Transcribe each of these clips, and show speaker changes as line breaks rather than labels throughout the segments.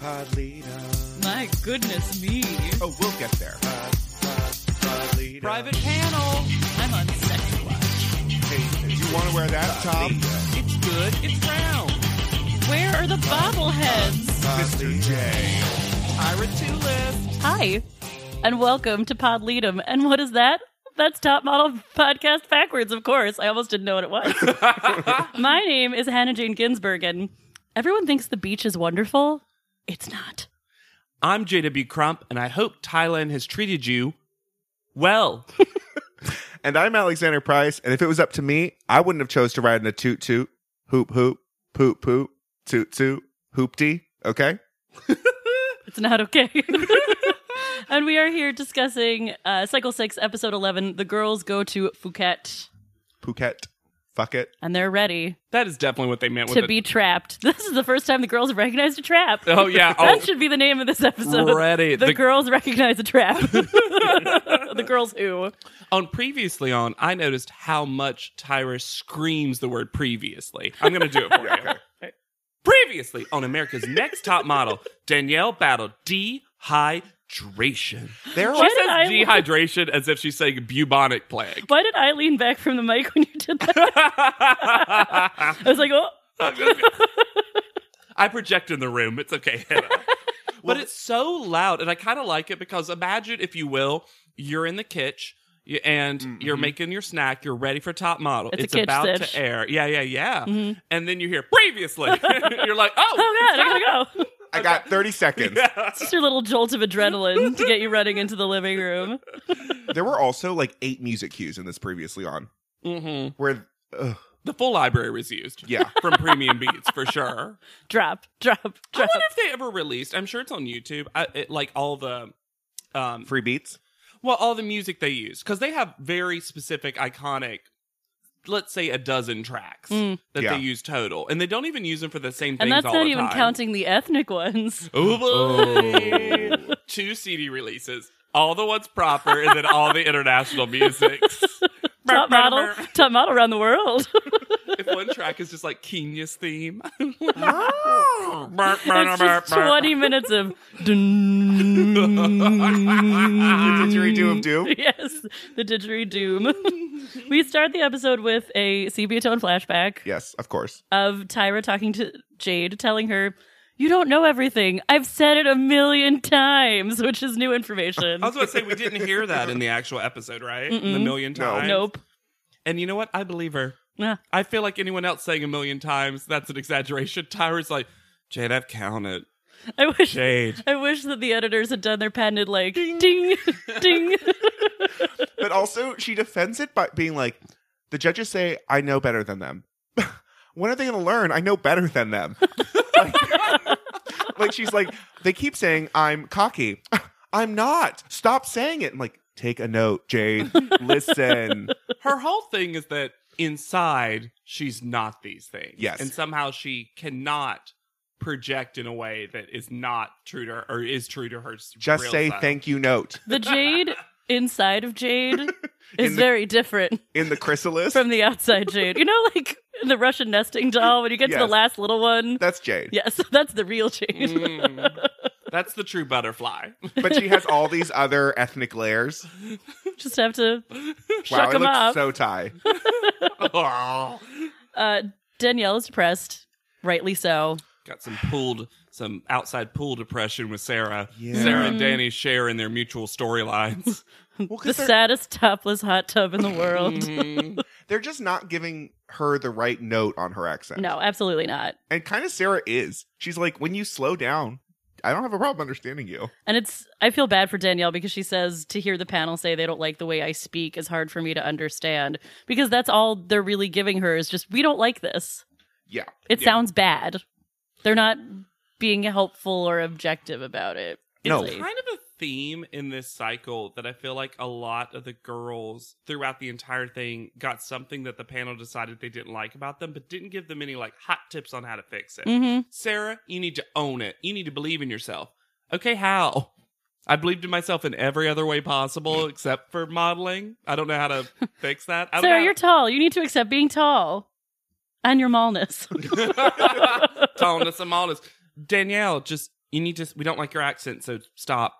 Pod leader.
My goodness me.
Oh, we'll get there.
Pod, pod, pod leader.
Private panel. I'm on sex watch.
Hey, you want to wear that top?
It's good. It's round. Where are the bobbleheads?
Mr. J.
Ira Tulip. Hi, and welcome to Pod Leadum. And what is that? That's Top Model Podcast backwards, of course. I almost didn't know what it was. My name is Hannah Jane Ginsburg, and everyone thinks the beach is wonderful. It's not.
I'm JW Crump, and I hope Thailand has treated you well.
And I'm Alexander Price. And if it was up to me, I wouldn't have chose to ride in a toot toot, hoop hoop, poop poop, toot toot, hoopty. Okay.
It's not okay. and we are here discussing uh, Cycle 6, Episode 11 The Girls Go to Phuket,
Phuket. Fuck it.
and they're ready
that is definitely what they meant with
to
it.
be trapped. This is the first time the girls recognized a trap.
Oh, yeah. Oh.
that should be the name of this episode.
Ready.
The,
The-
girls recognize a trap. the girls who.
on previously on, I noticed how much Tyra screams the word previously. I'm going to do it for you. Previously on America's Next Top Model, Danielle battled dehydration.
There
Why
She
are
did I-
says dehydration as if she's saying bubonic plague.
Why did I lean back from the mic when you did that? I was like, oh,
I project in the room. It's okay, Hannah. but it's so loud, and I kind of like it because imagine, if you will, you're in the kitchen y- and you're making your snack. You're ready for top model.
It's a
It's,
kitsch
about
sitch.
to air. Yeah, yeah, yeah. And then you hear previously. you're like, oh,
oh God, I gotta go.
I got 30 seconds.
It's just your little jolt of adrenaline to get you running into the living room.
There were also like eight music cues in this previously on.
hmm
Where, ugh,
the full library was used.
Yeah.
from Premium Beats for sure.
Drop, drop,
I
drop.
wonder if they ever released. I'm sure it's on YouTube. I, it, like all the. Um,
free beats.
Well, all the music they use because they have very specific, iconic. Let's say a dozen tracks that
Yeah.
they use total, and they don't even use them for the same things.
Mm. And that's
all
not
the
even
time.
counting the ethnic ones.
Ooh, boy. Two CD releases, all the ones proper, and then all the international music.
top model, top model around the world.
If one track is just like Kenya's theme,
it's just twenty minutes of
Did you redo of Doom?
yes, the didgeridoo. we start the episode with a sepia tone flashback
Yes, of course.
of Tyra talking to Jade, telling her. You don't know everything. I've said it a million times, which is new information.
I was going to say we didn't hear that in the actual episode, right? The million times.
nope.
And you know what? I believe her.
Ah.
I feel like anyone else saying a million times, that's an exaggeration. Tyra's like, Jade, I've counted.
I wish
Jade.
I wish that the editors had done their patented like ding ding.
But also, she defends it by being like, the judges say, I know better than them. when are they going to learn? I know better than them. like, like, she's like, they keep saying, I'm cocky. I'm not. Stop saying it. I'm like, take a note, Jade. Listen.
Her whole thing is that inside, she's not these things.
Yes.
And somehow she cannot project in a way that is not true to her or is true to her.
Just
real
say
self.
thank you note
The jade inside of jade is
the-
very different
in the chrysalis.
from the outside jade. You know, like in the Russian nesting doll, when you get to
Yes.
the last little one.
That's Jade.
yes, that's the real jade.
Mm. That's the true butterfly.
But she has all these other ethnic layers.
Just have to
wow,
shuck
it
them
looks
up.
so Thai.
Oh.
uh, Danielle is depressed, rightly so.
Got some pooled, some outside pool depression with Sarah.
Yeah.
Sarah and Danny share in their mutual storylines.
Well,
The
'cause they're,
saddest topless hot tub in the world.
they're just not giving her the right note on her accent.
no, absolutely not.
And kind of Sarah is. She's like, when you slow down, I don't have a problem understanding you.
And it's I feel bad for Danielle because she says to hear the panel say they don't like the way I speak is hard for me to understand because that's all they're really giving her is just we don't like this.
Yeah.
It
Yeah.
sounds bad. They're not being helpful or objective about it.
No.
It's
really.
kind of a theme in this cycle that I feel like a lot of the girls throughout the entire thing got something that the panel decided they didn't like about them, but didn't give them any like hot tips on how to fix it.
Mhm.
Sarah, you need to own it. You need to believe in yourself. Okay, how? I believed in myself in every other way possible except for modeling. I don't know how to fix that. I don't
Sarah,
know.
you're tall. You need to accept being tall and your mallness.
Tallness and mallness. Danielle, just you need to. We don't like your accent, so stop.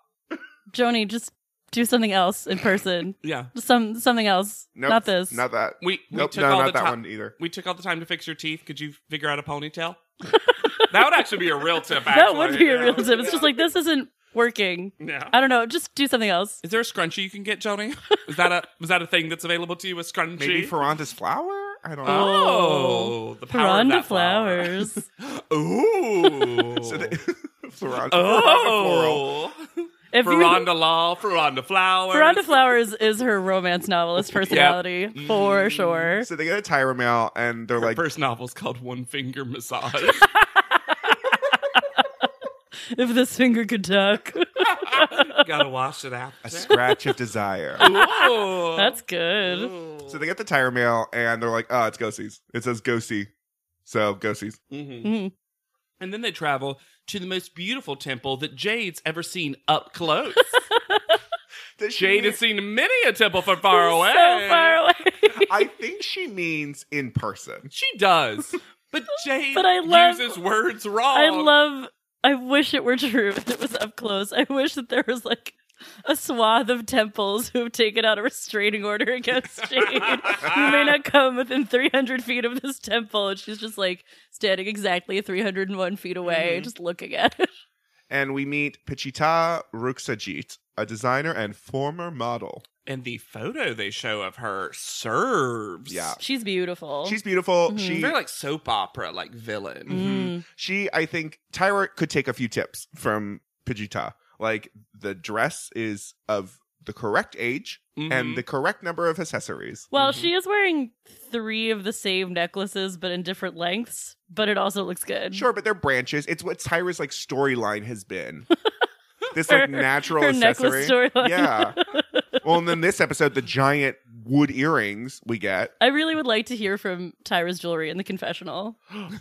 Joni, just do something else in person.
Yeah,
Some something else.
Nope,
Not this.
Not that.
we we
nope.
took
No,
all
not
the
that
time.
one either.
We took all the time to fix your teeth. Could you figure out a ponytail? that would actually be a real tip. Actually.
that would be a real
Yeah.
tip. It's just like this isn't working.
Yeah.
I don't know. Just do something else.
Is there a scrunchie you can get, Joni? Is that a was that a thing that's available to you? A scrunchie?
Maybe Ferranda's flower? I don't know.
oh, the power of
Rhonda
that flower.
flowers.
Ooh.
So they- Ferranda. Ferranda
oh.
if you,
Ferranda law, Ferranda flowers.
Veranda Flowers is her romance novelist personality
Mm.
for sure.
floral. So they get a Tyra mail and they're
Her
like,
first novel's called One Finger Massage.
If this finger could talk,
Gotta wash it after.
a scratch of desire.
Ooh.
that's good.
Ooh.
So they get the Tyra mail and they're like, oh, it's Ghosties. It says Ghosty. So Ghosties.
Mhm.
Mhm.
And then they travel to the most beautiful temple that Jade's ever seen up close.
Does she
Jade
mean-
has seen many a temple from far away.
So far away.
I think she means in person.
She does. But Jade
But I love-
uses words wrong.
I love. I wish it were true. that It was up close. I wish that there was like a swath of temples who have taken out a restraining order against Jade. you may not come within 300 feet of this temple, and she's just like standing exactly 301 feet away,
Mm-hmm.
just looking at it.
And we meet Pichita Ruksajit, a designer and former model.
And the photo they show of her serves.
Yeah.
She's beautiful.
She's beautiful.
Mhm.
She
Very like soap opera, like villain.
mm-hmm.
Mm.
she I think Tyra could take a few tips from Pijita. Like the dress is of the correct age
Mm-hmm.
Mhm.
and the correct number of accessories.
Well, she is wearing three of the same necklaces, but in different lengths. But it also looks good.
Sure, but they're branches. It's what Tyra's like storyline has been. this like
Her-
natural
her
accessory.
necklace storyline.
Yeah. well, and then this episode, the giant wood earrings we get.
I really would like to hear from Tyra's jewelry in the confessional.
Ugh.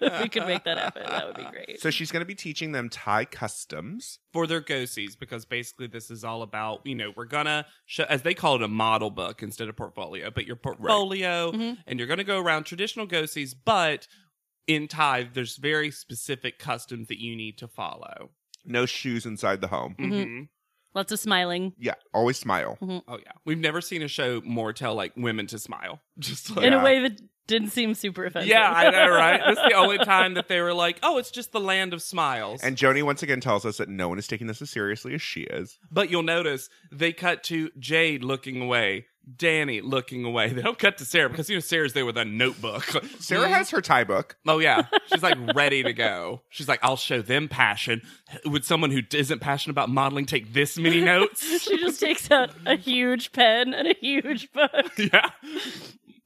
if we could make that happen, that would be great.
so she's going to be teaching them Thai customs.
for their ghosties because basically this is all about you know we're gonna show as they call it a model book instead of portfolio but your portfolio
Mhm.
and you're gonna go around traditional ghosties but in Thai there's very specific customs that you need to follow
No shoes inside the home.
Mm. Mm-hmm.
hmm
Lots of smiling.
Yeah, always smile.
oh yeah we've never seen a show more tell like women to smile just like
In
Yeah.
a way that didn't seem super offensive.
yeah I know right this is the only time that they were like oh it's just the land of smiles
And Joni once again tells us that no one is taking this as seriously as she is.
But you'll notice they cut to Jade looking away, Danny looking away. They don't cut to Sarah because you know Sarah's there with a notebook.
Sarah
Mm-hmm.
has her Thai book.
Oh yeah, she's like ready to go. She's like, I'll show them passion. Would someone who isn't passionate about modeling take this many notes?
she just takes out a huge pen and a huge book.
yeah,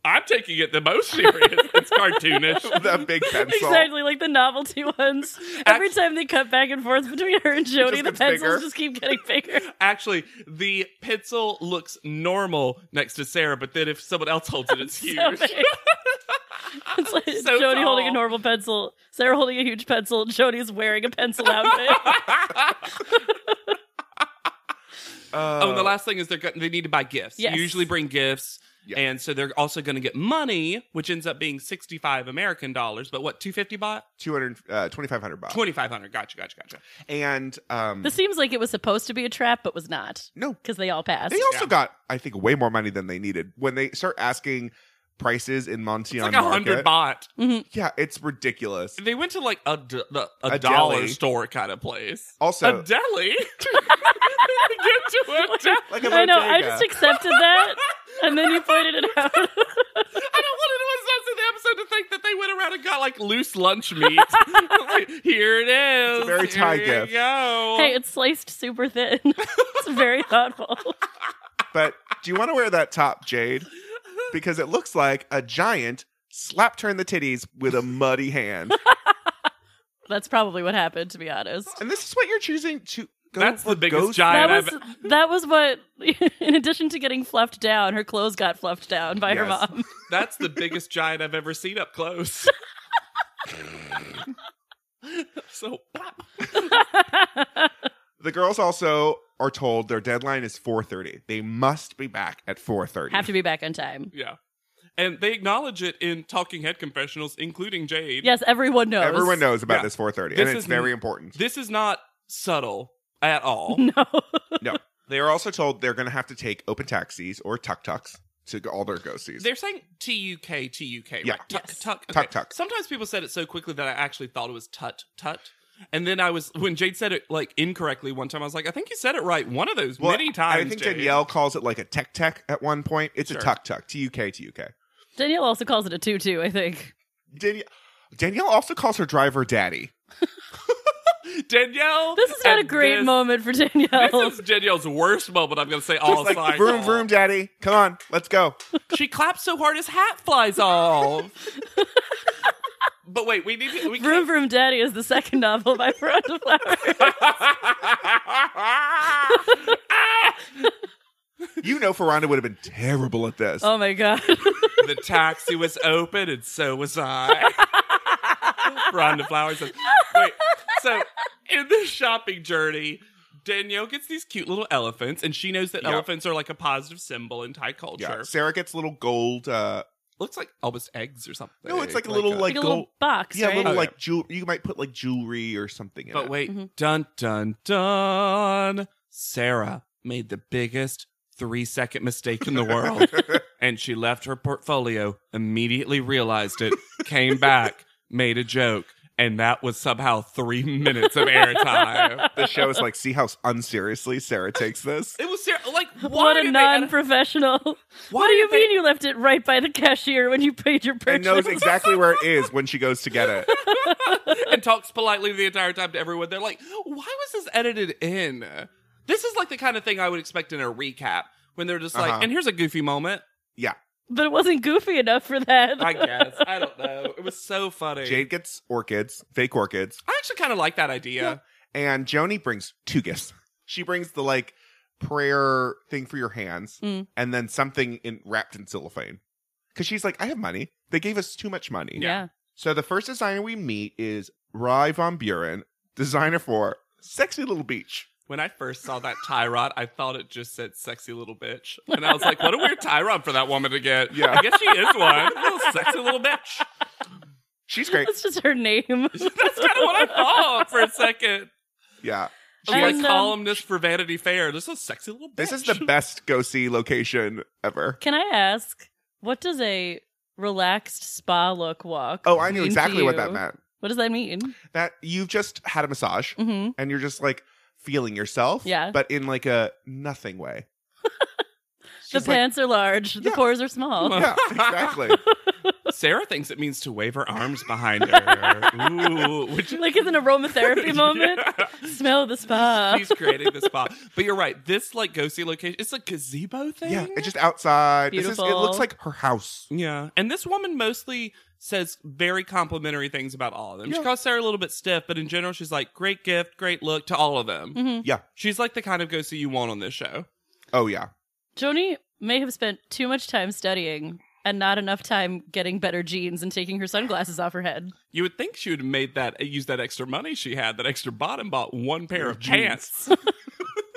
I'm taking it the most serious. It's cartoonish.
The big pencil.
Exactly, like the novelty ones. Every time they cut back and forth between her and Jody, the
gets
pencils
bigger.
just keep getting bigger.
Actually, the pencil looks normal next to Sarah, but then if someone else holds it, it's huge.
So big. it's like
So
Jody holding a
tall.
normal pencil, Sarah holding a huge pencil, and Jody's wearing a pencil outfit.
Uh,
Oh, and the last thing is they're go- they need to buy gifts.
Yes.
You usually bring gifts,
Yeah.
and so they're also going to get money, which ends up being sixty five American dollars. But what two fifty baht?
200, uh, 2,500 baht.
Twenty five hundred. Gotcha, gotcha, gotcha.
And um,
this seems like it was supposed to be a trap, but was not
no,
because they all passed.
they also
Yeah.
got, I think, way more money than they needed. When they start asking prices in Montion
It's like a hundred
Market,
baht.
Mm-hmm.
yeah, it's ridiculous.
They went to like a d- the- a,
A
dollar
deli.
store kind of place.
Also-
a deli. Get to a deli.
Like a
I know. I
bodega.
just accepted that, and then you pointed it out.
I don't want anyone else in the episode to think that they went around and got like loose lunch meat. Like, here it is.
It's a very Thai
Here
gift.
You go.
hey, it's sliced super thin. it's very thoughtful.
But do you want to wear that top, Jade? Because it looks like a giant slapped her in the titties with a muddy hand.
That's probably what happened, to be honest.
and this is what you're choosing to go
That's the
for
biggest
ghost-
giant.
That
I've-
was that was what. In addition to getting fluffed down, her clothes got fluffed down by her
Yes.
mom.
That's the biggest giant I've ever seen up close. so plop.
The girls also are told their deadline is 4:30. They must be back at 4:30.
Have to be back on time.
yeah. And they acknowledge it in talking head confessionals, including Jade.
Yes, everyone knows.
Everyone knows about
Yeah.
this 4:30,
This
and it's
is-
very important.
This is not subtle at all.
No.
no, they are also told they're going to have to take open taxis or tuk tuks to all their go sees.
They're saying T U K T U K.
Yeah.
Right? Tuck,
Yes.
tuck,
Tuck,
okay.
tuck.
Sometimes people said it so quickly that I actually thought it was tut tut. And then I was when Jade said it like incorrectly one time. I was like, I think you said it right one of those
Well,
many times.
I think
Jade.
Danielle calls it like a tech tech at one point. It's
Sure.
a tuk tuk, T U K T U K.
Danielle also calls it a tutu. I think.
Danielle Danielle also calls her driver daddy.
Danielle.
This is not a
at
great
this-
moment for Danielle.
This is Danielle's worst moment. I'm going to say all
It's like
signs
vroom
off.
vroom daddy, come on, let's go.
She claps so hard his hat flies off. but wait, we need to, we
Vroom Vroom Daddy is the second novel by Veronica Flower.
can't-
You know, Ferranda would have been terrible at this.
oh my god.
the taxi was open and so was I. Rhonda Flowers says, wait, so in this shopping journey, Danielle gets these cute little elephants, and she knows that
Yeah.
elephants are like a positive symbol in Thai culture.
yeah, Sarah gets little gold. uh
Looks like almost eggs or something.
No, it's like a
uh,
little like
Like a little
gold.
box.
Yeah,
right?
little
Oh,
like jewel. You might put like jewelry or something. In
But
it.
Mm-hmm.
wait, dun dun dun. Sarah made the biggest three second mistake in the world. and she left her portfolio, immediately realized it, came back, made a joke, and that was somehow three minutes of airtime.
the show is like, see how unseriously Sarah takes this.
It was Sarah, like, why
what a
did
non
They,
professional. What do
did
you
they-
mean you left it right by the cashier when you paid your
And
purchase?
knows exactly where it is when she goes to get it.
and talks politely the entire time to everyone. They're like, why was this edited in? This is like the kind of thing I would expect in a recap when they're just like,
Uh-huh.
and here's a goofy moment.
Yeah.
but it wasn't goofy enough for that.
I guess. I don't know. It was so funny.
Jade gets orchids, fake orchids,
I actually kind of like that idea.
and Joni brings two gifts. She brings the like prayer thing for your hands,
Mm.
and then something in wrapped in cellophane. Because she's like, I have money. They gave us too much money.
yeah.
So the first designer we meet is Rai von Buren, designer for Sexy Little Beach.
When I first saw that tie rod, I thought it just said sexy little bitch. And I was like, what a weird tie rod for that woman to get.
Yeah.
I guess she is one. Little sexy little bitch.
She's great.
That's just her name.
That's kind of what I thought for a second.
Yeah.
She's
And,
like
um,
columnist for Vanity Fair. This is a sexy little bitch.
This is the best go see location ever.
Can I ask, what does a relaxed spa look walk?
Oh, I knew
mean to
exactly what
you?
that meant.
What does that mean?
That you've just had a massage
hmm
and you're just like feeling yourself.
Yeah.
But in like a nothing way.
The
She's like-
pants are large, the
Yeah.
pores are small.
Well,
yeah, exactly.
Sarah thinks it means to wave her arms behind her. Ooh, which
like it's an aromatherapy moment. Smell the spa.
He's creating this spot. But you're right. This like go see location. It's a gazebo thing.
yeah. It's just outside. This is, it
Beautiful.
looks like her house.
Yeah. And this woman mostly says very complimentary things about all of them. She
Yeah.
calls Sarah a little bit stiff, but in general, she's like, great gift, great look to all of them.
Mhm.
Yeah.
She's like the kind of go see you want on this show.
Oh, yeah.
Joni may have spent too much time studying and not enough time getting better jeans and taking her sunglasses off her head.
You would think she would have made that, used that extra money she had, that extra bottom, bought one pair of
Jeans.
pants.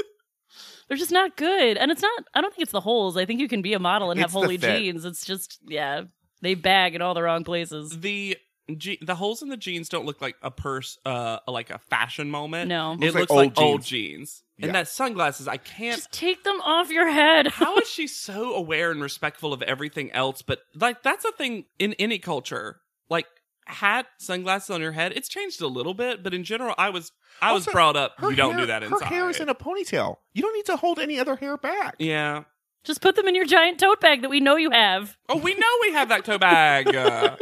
They're just not good. And it's not, I don't think it's the holes. I think you can be a model and have
It's the
holy
fit.
jeans. It's just, yeah, they bag in all the wrong places.
the je- the holes in the jeans don't look like a purse, uh, like a fashion moment.
No.
it looks
Looks like
like,
old
old jeans.
Yeah.
And that sunglasses, I can't.
Just take them off your head.
How is she so aware and respectful of everything else? But like that's a thing in any culture. Like hat, sunglasses on your head. It's changed a little bit, but in general, I was I was
Also,
brought up.
Her
You don't
hair-
do that inside.
Her hair is in a ponytail. You don't need to hold any other hair back.
yeah.
Just put them in your giant tote bag that we know you have.
Oh, we know we have that tote bag. Uh,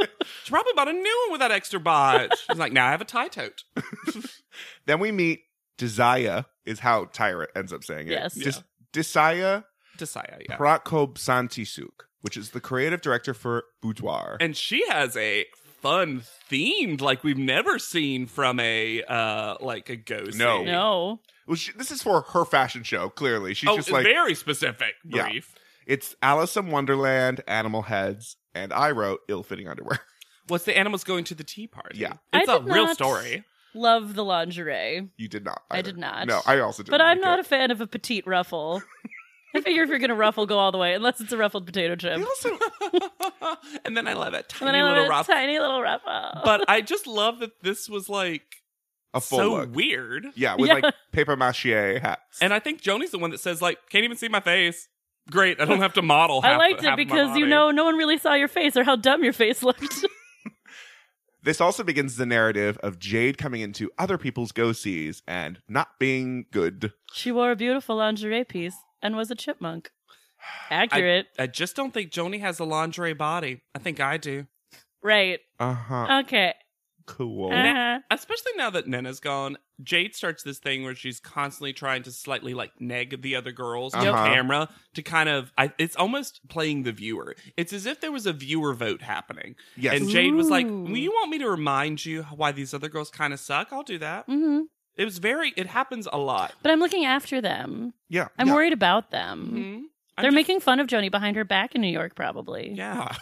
she probably bought a new one with that extra botch. She's like, now I have a tie tote.
Then we meet Desaya, is how Tyra ends up saying it.
Yes.
Des- Desaya
Desire, yeah.
Prakobsantisuk. which is the creative director for Boudoir.
and she has a fun themed like we've never seen from a uh like a ghost
No.
No.
well, she, this is for her fashion show. Clearly, she's
oh
just like
very specific
Yeah.
brief
it's Alice in Wonderland, animal heads, and I wrote ill-fitting underwear.
what's the animals going to the tea party
Yeah.
I
it's a
did
real
not-
story
Love the lingerie.
Oh
You did not.
I
either.
did not.
No, I also did.
But I'm not a fan of a petite ruffle. I figure if you're going to ruffle, go all the way, unless it's a ruffled potato chip.
They also
and then i love it
And then
tiny
I
little
love a
rough
tiny little ruffle.
but i just love that this was like
a full
so
look.
weird
Yeah, with
Yeah.
like paper mache hats.
and i think joni's the one that says like can't even see my face great i don't have to model
I
half-
liked
half
it
my
because you
body.
know no one really saw your face or how dumb your face looked.
This also begins the narrative of Jade coming into other people's go-sees and not being good.
she wore a beautiful lingerie piece and was a chipmunk. Accurate,
I just don't think Joni has a lingerie body. I think I do.
right?
Uh-huh.
Oh.
Okay,
cool.
uh-huh.
Especially now that Nina's gone, Jade starts this thing where she's constantly trying to slightly like neg the other girls on
Yep. Uh-huh.
camera to kind of. I, it's almost playing the viewer. It's as if there was a viewer vote happening,
yes.
and Jade was like,
Ooh.
well, "You want me to remind you why these other girls kind of suck? I'll do that."
hmm
It was very. It happens a lot.
But I'm looking after them.
yeah.
I'm
yeah.
worried about them.
Mhm. I'm
Mm-hmm. They're
just-
making fun of Joni behind her back in New York, probably.
Yeah.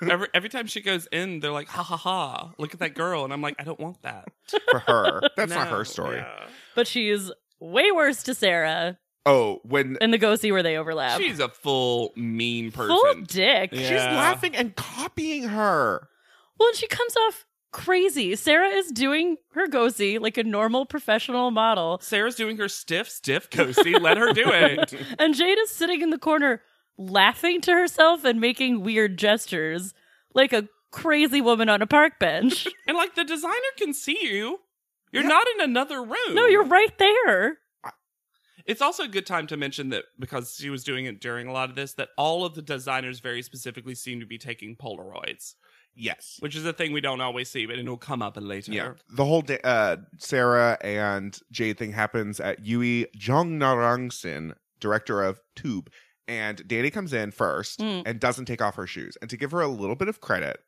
every every time she goes in, they're like, "Ha ha ha! Look at that girl," and I'm like, "I don't want that."
for her. That's not
No,
her story.
yeah.
But she's way worse to Sarah
Oh, when
in the go see where they overlap.
She's a full mean person.
full of dick.
Yeah.
she's laughing and copying her.
Well, and she comes off crazy. Sarah is doing her go see like a normal professional model,
Sarah's doing her stiff, stiff cozy. Let her do it.
and Jade is sitting in the corner laughing to herself and making weird gestures like a crazy woman on a park bench.
And like the designer can see you. You're not in another room.
no, you're right there.
It's also a good time to mention that because she was doing it during a lot of this, that all of the designers very specifically seem to be taking Polaroids,
Yes.
which is a thing we don't always see, but it'll come up later.
Yeah. The whole da- uh, Sarah and Jade thing happens at Yui Jong Narangsin, director of Tube. And Danny comes in first
Mm.
and doesn't take off her shoes. And to give her a little bit of credit,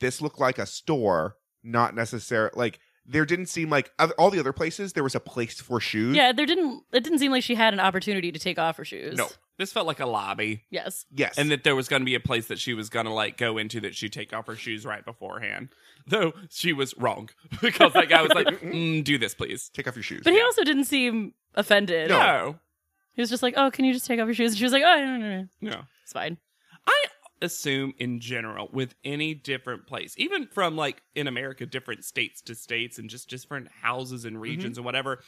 this looked like a store, not necessarily like there didn't seem like oth- all the other places there was a place for shoes.
Yeah, there didn't it didn't seem like she had an opportunity to take off her shoes.
No.
This felt like a lobby.
Yes.
Yes.
And that there was going to be a place that she was going to like go into that she'd take off her shoes right beforehand. Though she was wrong because that guy was like, mm, do this, please.
take off your shoes.
But he also didn't seem offended.
No.
He was just like, "Oh, can you just take off your shoes?" And she was like, "Oh, no, no, no.
No. No.
It's fine."
I assume in general with any different place, even from like in America, different states to states and just different houses
Mm-hmm.
and regions and whatever.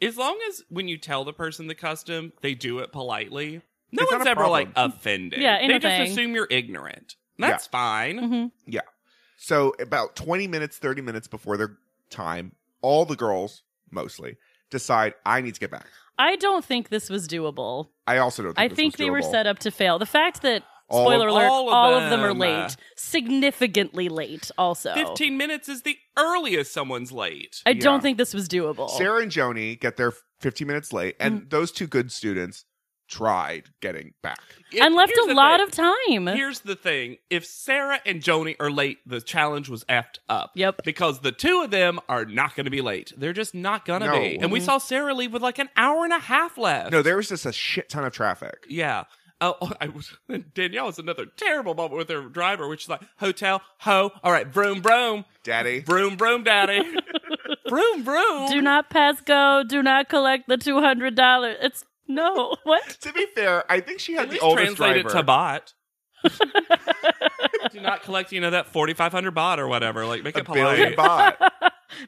As long as when you tell the person the custom, they do it politely. No
It's not
one's
a
ever like
problem.
offended.
Yeah,
they just
anything.
assume you're ignorant. That's fine.
Mhm.
So about 20 minutes, 30 minutes before their time, all the girls, mostly, decide I need to get back.
I don't think this was doable.
I also don't
I
think this
think
was
they were
doable.
set up to fail. The fact that
All of-
spoiler alert,
all
all
of
of, them. are
them.
late, significantly late. Also,
15 minutes is the earliest someone's late.
I
Yeah.
don't think this was doable.
Sarah and Joni get there 15 minutes late, and
Mm.
those two good students tried getting back.
and left
Here's
a
the
lot
thing.
of time.
Here's the thing. If Sarah and Joni are late, the challenge was effed up.
Yep.
Because the two of them are not going to be late. They're just not going to
No.
be. And we saw Sarah leave with like an hour and a half left.
No, there was just a shit ton of traffic.
Yeah. Oh, oh, I was, Danielle was another terrible moment with her driver, which is like, hotel, ho, all right, broom, broom,
Daddy,
broom, broom, daddy, broom, broom.
do not pass go. Do not collect the two hundred dollars. It's no what.
to be fair, I think she had
At
the
least
oldest
translate
driver.
it to bot. do not collect, you know, that 4,500 bot or whatever. Like, make
a
it polite.
billion baht.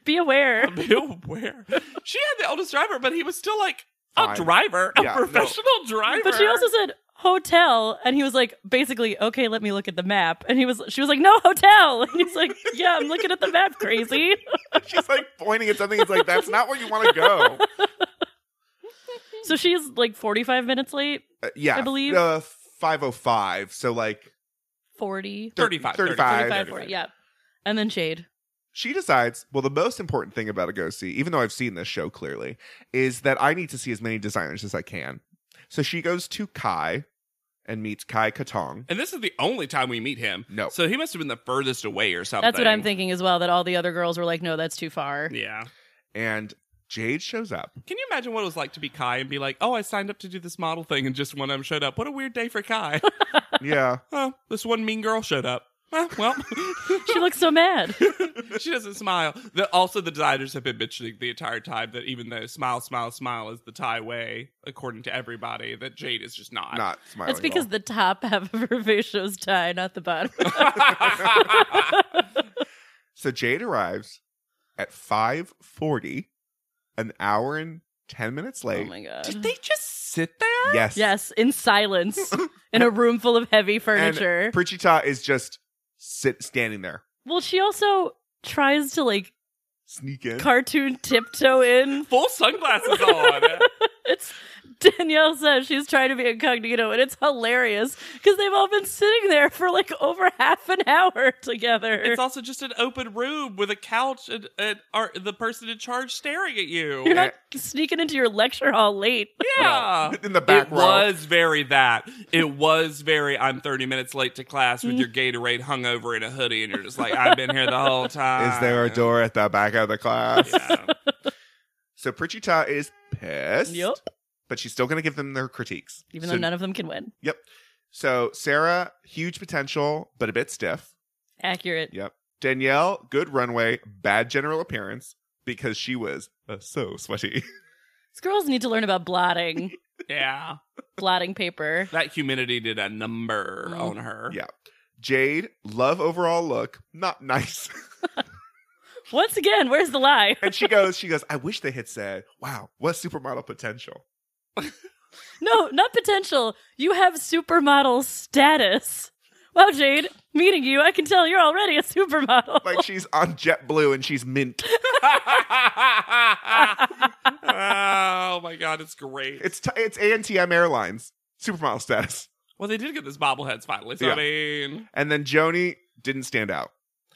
Be aware.
Bill Ware. She had the oldest driver, but he was still like a
Fine.
driver, a
Yeah, no.
professional driver.
But she also said hotel, and he was like, basically, okay, let me look at the map. And he was, she was like, no hotel. And he's like, yeah, I'm looking at the map, crazy.
She's like pointing at something. It's like, that's not where you want to go.
so she's like 45 minutes late,
Uh, yeah.
I believe-
Uh, 505. So, like,
40,
35,
35.
35, 40, yeah. And then Jade.
She decides, well, the most important thing about a go see, even though I've seen this show clearly, is that I need to see as many designers as I can. So she goes to Kai and meets Kai Katong.
And this is the only time we meet him.
No.
So he must have been the furthest away or something.
That's what I'm thinking as well. That all the other girls were like, "No, that's too far."
Yeah.
And Jade shows up.
Can you imagine what it was like to be Kai and be like, oh, I signed up to do this model thing and just one of them showed up? What a weird day for Kai.
Yeah.
oh, this one mean girl showed up. Eh, well,
She looks so mad.
she doesn't smile. The, also, the designers have been mentioning the entire time that even though smile, smile, smile is the Thai way, according to everybody, that Jade is just not.
Not smiling.
That's
at
because
all.
the top half of her face shows tie, not the bottom.
so Jade arrives at 5:40, an hour and 10 minutes
oh
late.
my
Did
god.
they just sit there?
yes.
Yes, in silence, in a room full of heavy
And
furniture.
Prichita is just sit standing there.
well, she also tries to like
Sneak in.
cartoon tiptoe in.
Full sunglasses on.
It's Danielle says she's trying to be incognito, and it's hilarious because they've all been sitting there for like over half an hour together.
it's also just an open room with a couch and, and are, the person in charge staring at you.
You're not sneaking into your lecture hall late.
Yeah.
in the back
it
row.
was very that. It was very I'm 30 minutes late to class
Mm.
with your Gatorade hungover in a hoodie and you're just like I've been here the whole time.
Is there a door at the back of the class?
Yeah.
So Prichita is pissed.
Yep.
But she's still going to give them their critiques.
Even
so,
though none of them can win.
Yep. So Sarah, huge potential, but a bit stiff.
Accurate.
Yep. Danielle, good runway, bad general appearance because she was uh, so sweaty.
These girls need to learn about blotting,
Yeah.
blotting paper.
That humidity did a number
Mm.
on her.
Yeah. Jade, love overall look, not nice.
Once again, where's the lie?
and she goes, she goes, I wish they had said, wow, what supermodel potential.
No, not potential. You have supermodel status. Wow, Jade, meeting you, I can tell you're already a supermodel.
Like she's on JetBlue and she's mint.
oh my god, it's great.
It's t- it's ANTM Airlines supermodel status.
well, they did get this bobbleheads finally. So
Yeah.
I mean,
And then Joni didn't stand out.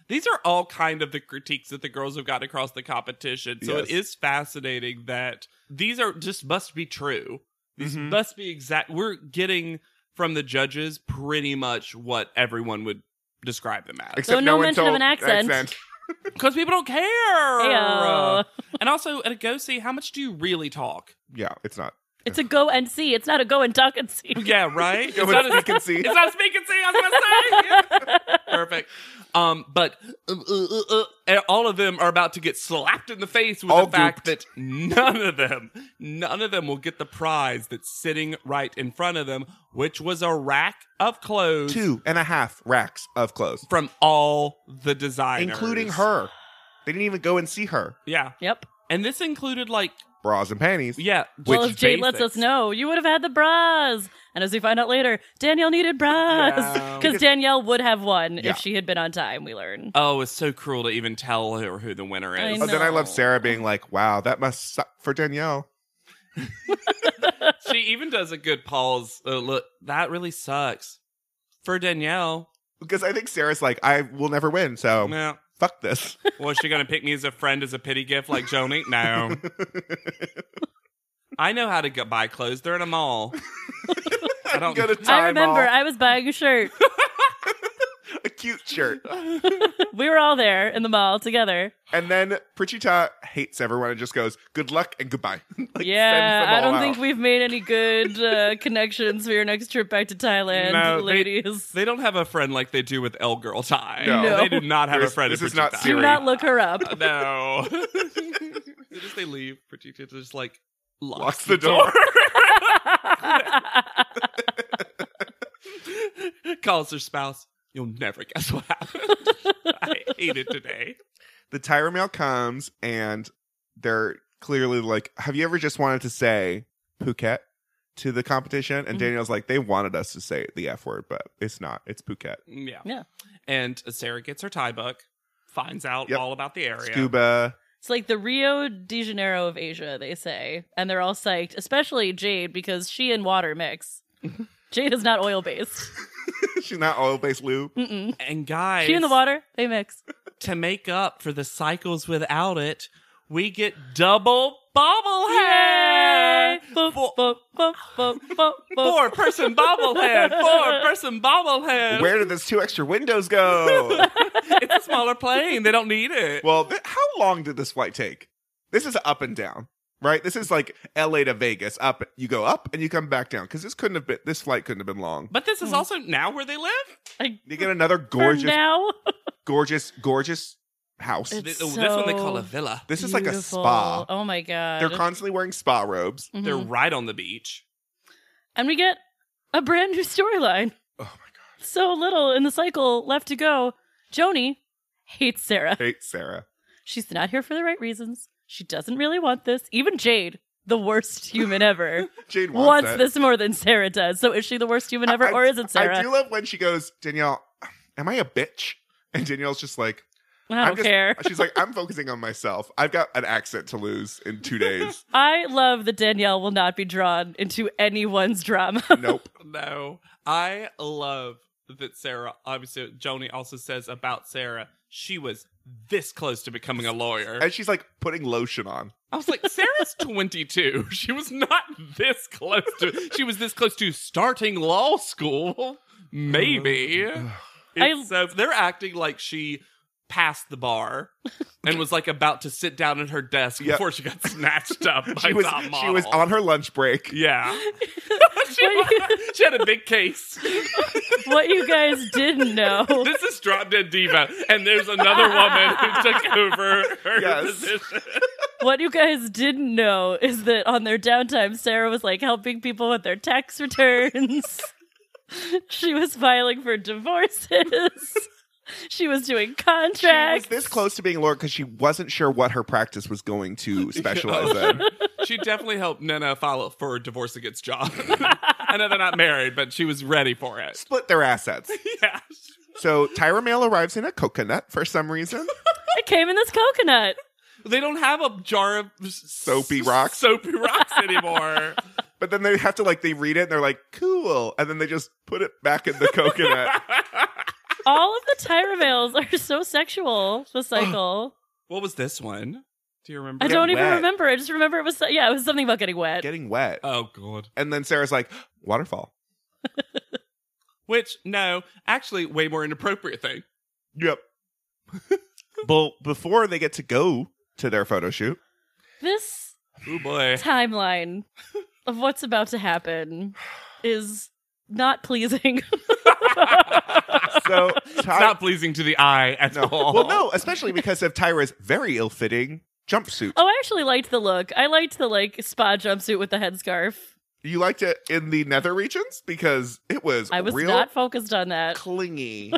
these are all kind of the critiques that the girls have got across the competition. So it
Yes.
is fascinating that these are just must be true. These
Mm-hmm.
Mhm.
must be exact. We're getting from the judges pretty much what everyone would describe them as
Except
no
one
mention of
told-
an accent.
because people don't care. And also at a go see, how much do you really talk?
Yeah, it's not.
It's a go and see. It's not a go and talk and see.
Yeah, right. It's
Go
not
and
as-
speak and see.
It's not speaking to you. I was gonna say. Yeah. Perfect. Um, but uh, uh, uh, uh, all of them are about to get slapped in the face with
All
the
gooped.
fact that none of them, none of them will get the prize that's sitting right in front of them, which was a rack of clothes
Two and a half racks of clothes,
from all the designers,
including her. They didn't even go and see her.
Yeah,
Yep.
and this included like
Bras and panties.
yeah.
Well,
which
if Jade lets
basics.
us know, you would have had the bras. And as we find out later, Danielle needed bras.
Yeah.
Because Danielle would have won
Yeah.
if she had been on time, we learn.
Oh, it's so cruel to even tell her who the winner
I
is.
Oh, then I love
No.
Sarah being like, wow, that must suck for Danielle.
She even does a good pause. Uh, look, that really sucks for Danielle.
Because I think Sarah's like, I will never win, so
No,
fuck this.
was she gonna pick me as a friend as a pity gift like Joni? No, I know how to go buy clothes. They're in a mall. I don't.
go to
I
time
remember
All,
I was buying a shirt.
a cute shirt.
we were all there in the mall together.
And then Prichita hates everyone and just goes, good luck and goodbye. Like,
yeah,
sends them
I
all
don't
out.
think we've made any good uh, connections for your next trip back to Thailand,
No, they-
ladies.
they don't have a friend like they do with L Girl Ty.
No. No.
they do not have
There's-
a friend.
this
in
is not
Pritchett
Siri.
Do
Ty.
not look her up.
No. they just they leave. Pritchett just like locks,
Locks the door.
Calls her spouse. You'll never guess what happened. I hate it today.
the Tyra mail comes and they're clearly like, Have you ever just wanted to say Phuket to the competition? And
Mhm.
Daniel's like, They wanted us to say the F word, but it's not. It's Phuket.
Mm, Yeah.
Yeah.
And Sarah gets her tie book, finds out
Yep.
all about the area.
Scuba.
It's like the Rio de Janeiro of Asia, they say. And they're all psyched, especially Jade, because she and water mix. Jade is not oil based.
She's not oil based lube.
She
And guys,
in the water, they mix.
to make up for the cycles without it, we get double bobblehead.
Boop,
Four-
boop, boop, boop, boop, boop.
Four person bobblehead. Four person bobblehead.
Where did those two extra windows go?
It's a smaller plane. They don't need it.
well, th- how long did this flight take? This is up and down, right? This is like LA to Vegas. Up, you go up and you come back down because this couldn't have been. This flight couldn't have been long.
But this
Hmm.
is also now where they live.
I-
You get another
For
gorgeous,
now,
gorgeous, gorgeous house.
It's
Th- oh, That's what they call a
so
villa.
this is like a
Beautiful.
spa.
Oh my god!
They're constantly wearing spa robes.
Mhm.
They're right on the beach.
and we get a brand new storyline.
Oh my god,
So little in the cycle left to go. Joni hates Sarah.
hate Sarah.
She's not here for the right reasons. She doesn't really want this. Even Jade, the worst human ever,
Jade wants,
wants
that.
this more than Sarah does. So is she the worst human ever,
I-
or is it Sarah?
I do love when she goes, Danielle, am I a bitch? And Danielle's just like,
I
I'm
don't
just-
care.
she's like, I'm focusing on myself. I've got an accent to lose in two days.
I love that Danielle will not be drawn into anyone's drama.
nope.
No, I love that Sarah. Obviously, Joni also says about Sarah. She was this close to becoming a lawyer.
And she's like putting lotion on.
I was like, Sarah's 22. She was not this close to. She was this close to starting law school, maybe. It's so they're acting like she passed the bar and was like about to sit down at her desk
Yeah.
before she got snatched up by
She was,
top
she was
model.
on her lunch break.
Yeah,
What you-
she had a big case.
what you guys didn't know.
This is Drop Dead Diva, and there's another woman who took over her
Yes.
position.
What you guys didn't know is that on their downtime, Sarah was like helping people with their tax returns. she was filing for divorces. she was doing
She was
contracts.
this close to being a lawyer because she wasn't sure what her practice was going to specialize in.
She definitely helped Nana file for a divorce against John. I know they're not married, but she was ready for it.
Split their assets.
Yeah.
So Tyra Mail arrives in a coconut for some reason.
It came in this coconut.
They don't have a jar of s-
Soapy rocks.
Soapy rocks anymore.
But then they have to like they read it and they're like, cool. And then they just put it back in the coconut.
All of the Tyra males are so sexual. The cycle.
what was this one? Do you remember?
I
Get
don't even
wet.
remember. I just remember it was yeah, it was something about getting wet.
Getting wet.
Oh god.
And then Sarah's like, waterfall.
Which no, actually, way more inappropriate thing.
Yep. well, before they get to go to their photo shoot,
this
Oh boy.
timeline of what's about to happen is not pleasing.
so Ty-
It's not pleasing to the eye at
no.
all.
Well, no, especially because of Tyra's very ill-fitting jumpsuit.
Oh, I actually liked the look. I liked the like spa jumpsuit with the headscarf.
You liked it in the nether regions because it was,
I was
real
not focused on that.
clingy.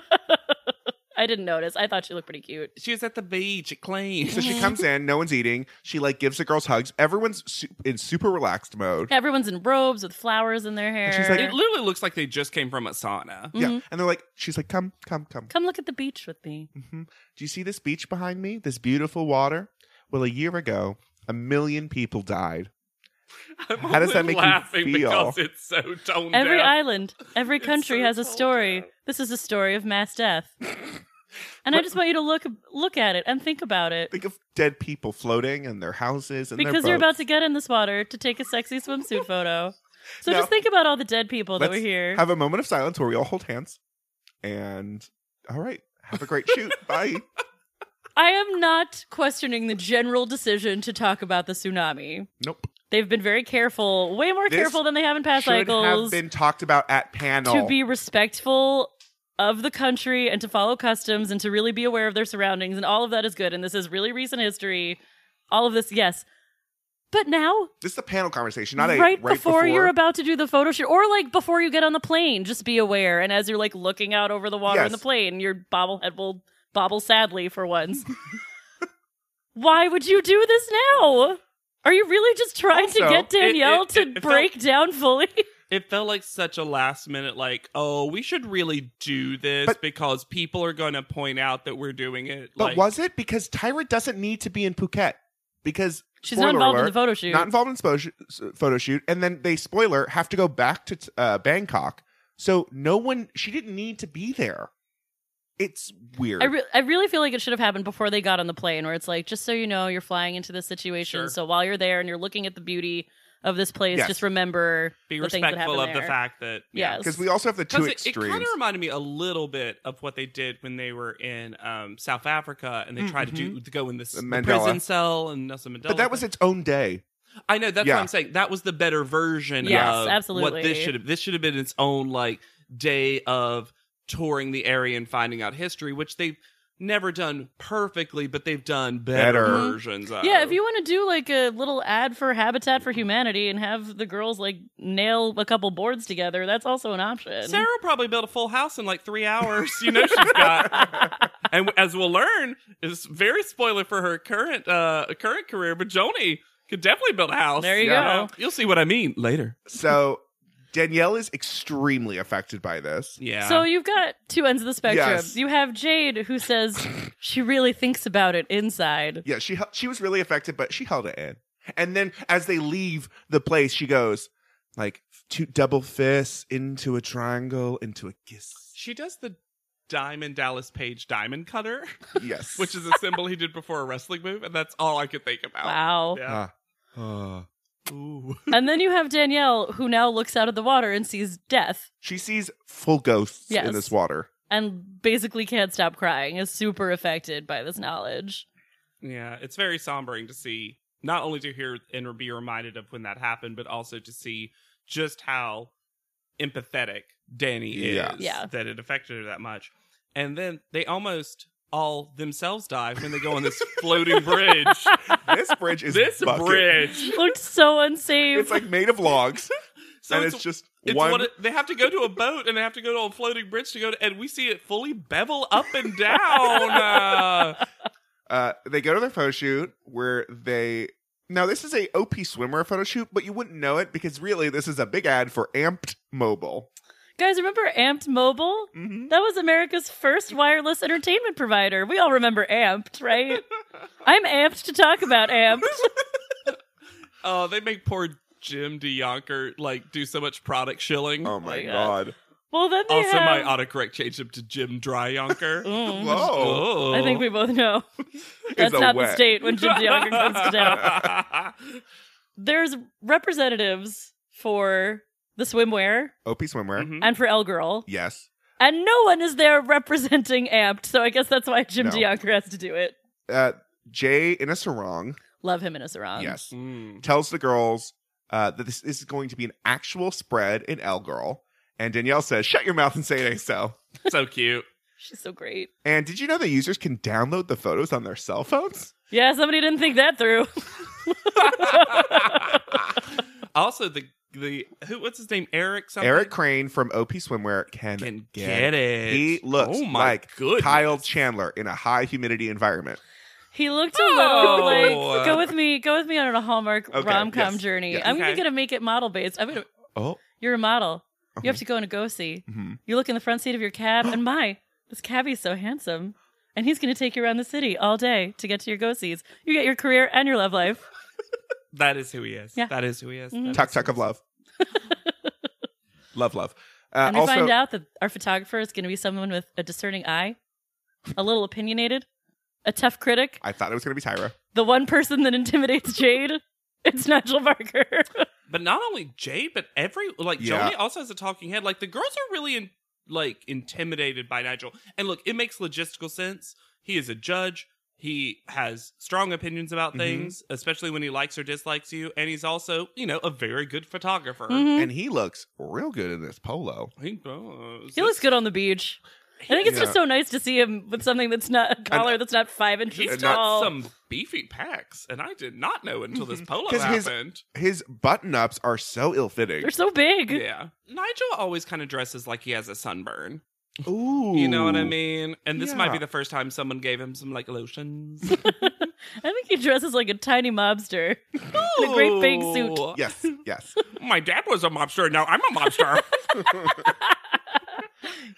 I didn't notice. I thought she looked pretty cute.
She was at the beach. It clean.
so she comes in, no one's eating. She like gives the girls hugs. Everyone's su- in super relaxed mode.
Everyone's in robes with flowers in their hair.
she's like,
It literally looks like they just came from a sauna.
Yeah,
Mm-hmm.
and they're like, she's like, come, come, come.
"Come look at the beach with me."
Do you see this beach behind me? This beautiful water? Well, a year ago, a million people died.
I'm
How does that
only
make you
laughing
feel?
Because it's so toned
Every
down.
island, every country
so
has a
cold
story.
out.
This is a story of mass death. and I just want you to look look at it and think about it
Think of dead people floating in their houses and
because
their
you're about
boats.
to get in this water to take a sexy swimsuit photo. So
Now-
just think about all the dead people that were
Let's
here.
Have a moment of silence where we all hold hands. And all right, have a great shoot. Bye.
I am not questioning the general decision to talk about the tsunami.
Nope.
They've been very careful, way more
This
careful than they have in past
Should have
cycles,
been talked about at panel.
to be respectful of the country and to follow customs and to really be aware of their surroundings. And all of that is good. And this is really recent history. All of this, yes. But now,
this is a panel conversation, not a
right,
right,
before, you're about to do the photo shoot, or like before you get on the plane, just be aware. And as you're like looking out over the water
Yes.
in the plane, your bobblehead will bobble sadly for once. Why would you do this now? Are you really just trying to
Also,
get
it-
Danielle
it-
to
it felt-
break down fully?
It felt like such a last minute, like, oh, we should really do this
But-
because people are going to point out that we're doing it.
But
like,
was it? Because Tyra doesn't need to be in Phuket because
She's not
spoiler
involved in
alert,
the photo shoot.
Not involved in spo- sh- s- photo shoot, and then they spoiler have to go back to t- uh, Bangkok. So no one, she didn't need to be there. It's weird.
I, re- I really feel like it should have happened before they got on the plane, where it's like, just so you know, you're flying into this situation.
Sure.
So while you're there and you're looking at the beauty of this place,
Yes.
just remember
Be
the things that
respectful
happen
of the
there.
fact that
Yes.
because we also have the two
Because it,
extremes.
kind of reminded me a little bit of what they did when they were in um, South Africa and they tried to do to go in this the
Mm, mm-hmm. Mandela.
prison cell and Nelson Mandela.
but that was its own day.
I know that's
Yeah.
what I'm saying. That was the better version
Yes,
of
absolutely.
what this should have. This should have been its own like day of touring the area and finding out history, which they've never done perfectly, but they've done better,
Better.
versions of.
Mm-hmm. Yeah, if you want to do like a little ad for Habitat for Humanity and have the girls like nail a couple boards together, that's also an option.
Sarah probably built a full house in like three hours. You know she's got, and as we'll learn, is very spoiler for her current uh current career. But Joni could definitely build a house.
There you
Yeah.
go.
You'll see what I mean later.
So Danielle is extremely affected by this.
Yeah.
So you've got two ends of the spectrum.
Yes.
You have Jade who says she really thinks about it inside.
Yeah, she hel- she was really affected, but she held it in. And then as they leave the place, she goes like two double fists into a triangle into a kiss.
She does the Diamond Dallas Page Diamond Cutter,
Yes,
which is a symbol he did before a wrestling move, and that's all I could think about.
Wow.
Yeah.
Ah. Ah.
Ooh.
And then you have Danielle who now looks out of the water and sees death
she sees full ghosts
Yes.
in this water.
and basically can't stop crying, is super affected by this knowledge.
Yeah, it's very sombering to see, not only to hear and be reminded of when that happened, but also to see just how empathetic Danny
Yeah.
is
Yeah.
that it affected her that much. And then they almost all themselves die when they go on this floating bridge.
This bridge is
this
bucket.
bridge.
Looked so unsafe.
It's like made of logs,
So
and
it's,
it's, just
It's
one.
what it, they have to go to a boat and they have to go to a floating bridge to go to, and we see it fully bevel up and down. Uh,
uh, they go to their photo shoot where they. Now this is a OP swimmer photo shoot, but you wouldn't know it because really this is a big ad for Amped Mobile.
Guys, remember Amped Mobile?
Mhm.
That was America's first wireless entertainment provider. We all remember Amped, right? I'm amped to talk about Amped.
oh, they make poor Jim DeYonker like do so much product shilling.
Oh my
my God.
god!
Well, then uh, they
also, my
have.
autocorrect changed him to Jim Dryyonker.
Mm.
Whoa!
oh,
I think we both know
It's
that's
a
not the
wet.
state when Jim DeYoung comes to town.
down.
There's representatives for the swimwear
OP swimwear.
Mm-hmm.
and for L Girl,
Yes.
and no one is there representing Amped, so I guess that's why Jim
No.
DeYoung has to do it.
Uh, Jay in a sarong.
Love him in a sarong.
yes.
Mm.
Tells the girls uh, that this, this is going to be an actual spread in L Girl, and Danielle says, "Shut your mouth and say it ain't so."
so cute.
she's so great.
And did you know that users can download the photos on their cell phones?
Yeah, somebody didn't think that through.
also, the the who what's his name? Eric something.
Eric Crane from OP Swimwear can,
can get it.
He looks
oh my
like
goodness.
Kyle Chandler in a high humidity environment.
He looked a
Oh.
little like go with me, go with me on a Hallmark
Okay,
rom com
yes,
journey.
yes.
I'm
Okay.
gonna make it model based. I'm gonna
Oh,
you're a model.
Okay.
You have to go on a go see.
Mhm.
You look in the front seat of your cab and my, this cabbie's so handsome. And he's gonna take you around the city all day to get to your go sees. You get your career and your love life.
That is who he is.
Yeah.
That is who he is.
Mhm.
That
tuck
is
tuck
who
of
he is.
love. love love. Uh,
and we
also,
find out that our photographer is gonna be someone with a discerning eye, a little opinionated, a tough critic,
I thought it was going to be Tyra.
the one person that intimidates Jade. It's Nigel Barker.
But not only Jade, but every like
Yeah.
Joni also has a talking head. Like the girls are really in, like intimidated by Nigel. And look, it makes logistical sense. He is a judge. He has strong opinions about
Mhm.
things, especially when he likes or dislikes you. And he's also, you know, a very good photographer.
Mhm.
And he looks real good in this polo.
He, does.
He looks good on the beach. I think it's
Yeah.
just so nice to see him with something that's not a collar that's not five inches
He's got
tall.
some beefy packs, and I did not know until this polo
Mm-hmm. 'Cause his-
happened.
His button ups are so ill fitting.
They're so big.
Yeah, Nigel always kind of dresses like he has a sunburn.
Ooh.
You know what I mean? And this might
Yeah.
be the first time someone gave him some like lotions.
I think he dresses like a tiny mobster. In a great big suit.
Ooh.
Yes, yes.
My dad was a mobster. Now I'm a mobster.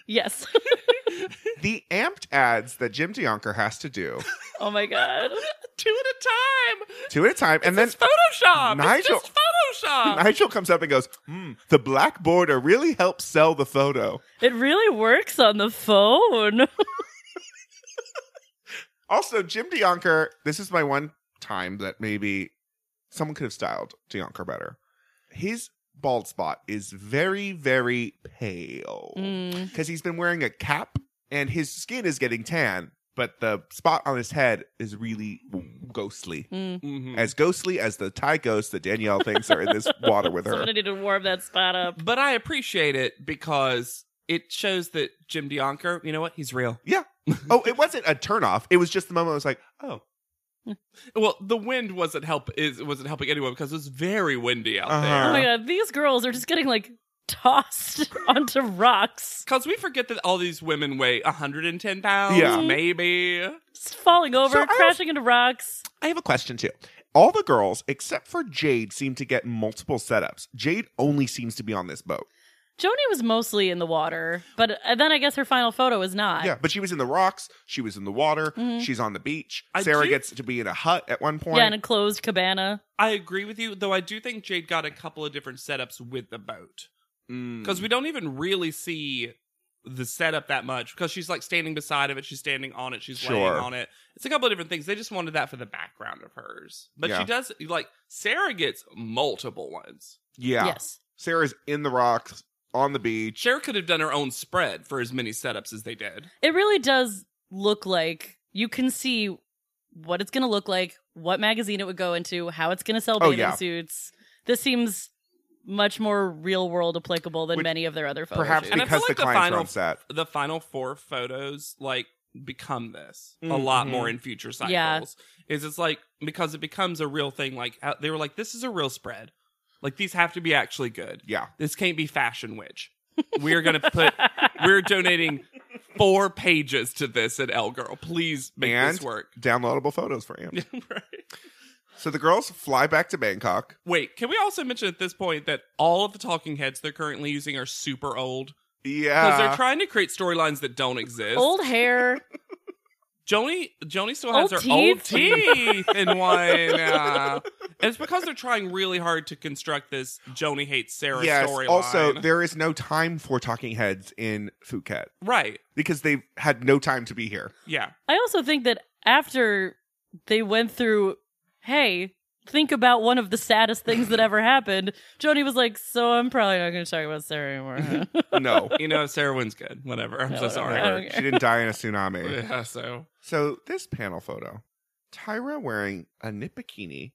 Yes.
the amped ads that Jim DeYonker has to do
oh my god.
Two at a time.
two at a time, and
It's
then
Photoshop. It's
Nigel-
just Photoshop.
Nigel comes up and goes, hmm, the black border really helps sell the photo.
It really works on the phone.
Also, Jim DeYonker, this is my one time that maybe someone could have styled DeYonker better. His bald spot is very, very pale
Mm.
because he's been wearing a cap and his skin is getting tan, but the spot on his head is really ghostly.
Mm-hmm.
Mm.
Mhm.
As ghostly as the Thai ghosts that Danielle thinks are in this water with
So I
her.
need to warm that spot up.
But I appreciate it because it shows that Jim DeOnker, you know what? He's real.
Oh, it wasn't a turnoff. It was just the moment I was like, oh,
Well, the wind wasn't help is wasn't helping anyone because it was very windy out
Uh-huh.
Oh
there.
my god, these girls are just getting like tossed onto rocks,
Because we forget that all these women weigh 110 pounds,
Yeah.
maybe.
just falling over,
So I was-
crashing into rocks.
I have a question too. All the girls, except for Jade, seem to get multiple setups. Jade only seems to be on this boat.
Joni was mostly in the water, but uh, then I guess her final photo is not.
Yeah, but she was in the rocks. She was in the water.
Mhm.
She's on the beach.
I
Sarah
do-
gets to be in a hut at one point.
Yeah, in a closed cabana.
I agree with you, though I do think Jade got a couple of different setups with the boat.
Mm.
Because
Hmm.
we don't even really see the setup that much because she's like standing beside of it, she's standing on it, she's
Sure.
laying on it. It's a couple of different things. They just wanted that for the background of hers. But
Yeah.
she does, like, Sarah gets multiple ones.
yeah.
Yes.
Sarah's in the rocks on the beach.
Sarah could have done her own spread for as many setups as they did.
It really does look like you can see what it's going to look like, what magazine it would go into, how it's going to sell
Oh,
bathing
yeah.
suits. This seems much more real world applicable than
Which-
many of their other photos.
Perhaps
And I feel
because the
like the
clients are
final-
on set.
the final four photos like become this a
Mhm.
lot more in future cycles
Yeah.
is it's like because it becomes a real thing like how- they were like this is a real spread like these have to be actually good
Yeah.
this can't be fashion witch we're gonna put we're donating four pages to this at l girl please make
and
this work
downloadable photos for him.
Right.
so the girls fly back to Bangkok.
wait can we also mention at this point that all of the talking heads they're currently using are super old because
Yeah.
they're trying to create storylines that don't exist
Old hair.
Joni Joni still
Old
has her old teeth in one. uh, and it's because they're trying really hard to construct this Joni hates Sarah
yes.
storyline.
Also, there is no time for talking heads in Phuket
right?
because they've had no time to be here.
Yeah,
I also think that after they went through, hey, think about one of the saddest things that ever happened, Joni was like, so I'm probably not going to talk about Sarah anymore. huh?"
No.
you know Sarah wins good. Whatever. I'm
Yeah,
so
whatever. I
sorry.
don't
she
care.
didn't die in a tsunami.
Yeah. So
So this panel photo, Tyra wearing a knit bikini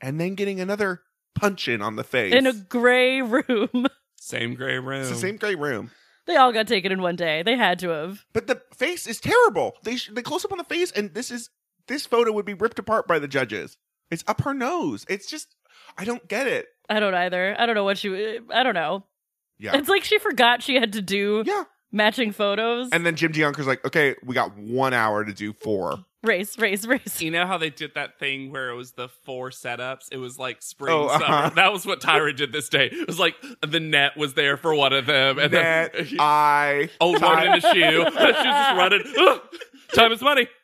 and then getting another punch in on the face.
In a gray room.
same gray room.
it's the same gray room.
They all got taken in one day. They had to have.
But the face is terrible. They sh- they close up on the face and this is this photo would be ripped apart by the judges. It's up her nose. It's just I don't get it.
I don't either. I don't know what she. I don't know.
Yeah.
It's like she forgot she had to do
yeah.
matching photos.
And then Jim DeYonker's like, okay, we got one hour to do four.
race, race, race.
You know how they did that thing where it was the four setups? It was like spring,
Oh, uh-huh.
summer. That was what Tyra did this day. It was like the net was there for one of them, and
That
then
I
Oh,
old woman in a shoe. she was just running. Ugh, time is money.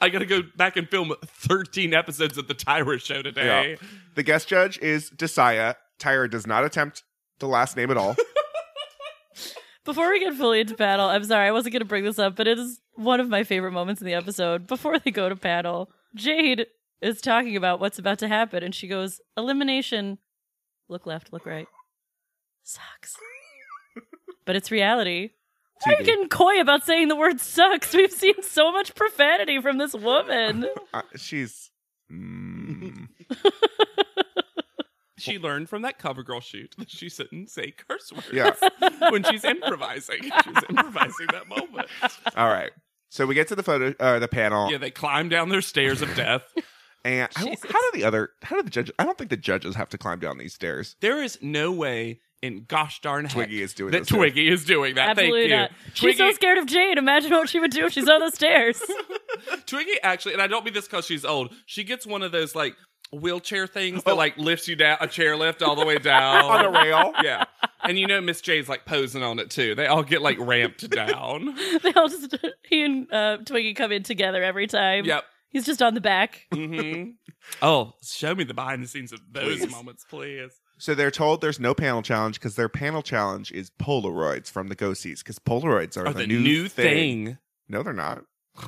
I gotta go back and film 13 episodes of the Tyra show today.
the guest judge is Desaya. Tyra does not attempt the last name at all.
Before we get fully into paddle, I'm sorry I wasn't going to bring this up, but it is one of my favorite moments in the episode. Before they go to paddle, Jade is talking about what's about to happen, and she goes, "Elimination. Look left, look right. Sucks." But it's reality. Why are you
TV.
getting coy about saying the word sucks? We've seen so much profanity from this woman.
Uh, she's. Mm.
She learned from that CoverGirl shoot that she shouldn't say curse words
Yeah.
when she's improvising. She's improvising that moment.
All right. So we get to the photo, uh, the panel,
Yeah, they climb down their stairs of death.
and I don't-
Jesus.
how do the other? How do the judges? I don't think the judges have to climb down these stairs.
There is no way in gosh darn heck
Twiggy is doing
that
this here.
Twiggy is doing that.
Absolutely
Uh, Thank you.
not. She's
Twiggy,
so scared of Jade. Imagine what she would do if she's on those stairs.
Twiggy actually, and I don't mean this because she's old. She gets one of those like wheelchair things that like lifts you down, a chair lift all the way
Oh. on a
down.
rail.
yeah, and you know Miss J's like posing on it too. They all get like ramped down.
they all just he and uh, Twiggy come in together every time.
Yep.
He's just on the back.
Mm-hmm.
Oh,
Show me the behind the scenes of those
Please.
moments, please.
So they're told there's no panel challenge because their panel challenge is Polaroids from the Go-Sees because Polaroids are,
or the, new,
thing.
thing.
No, they're not.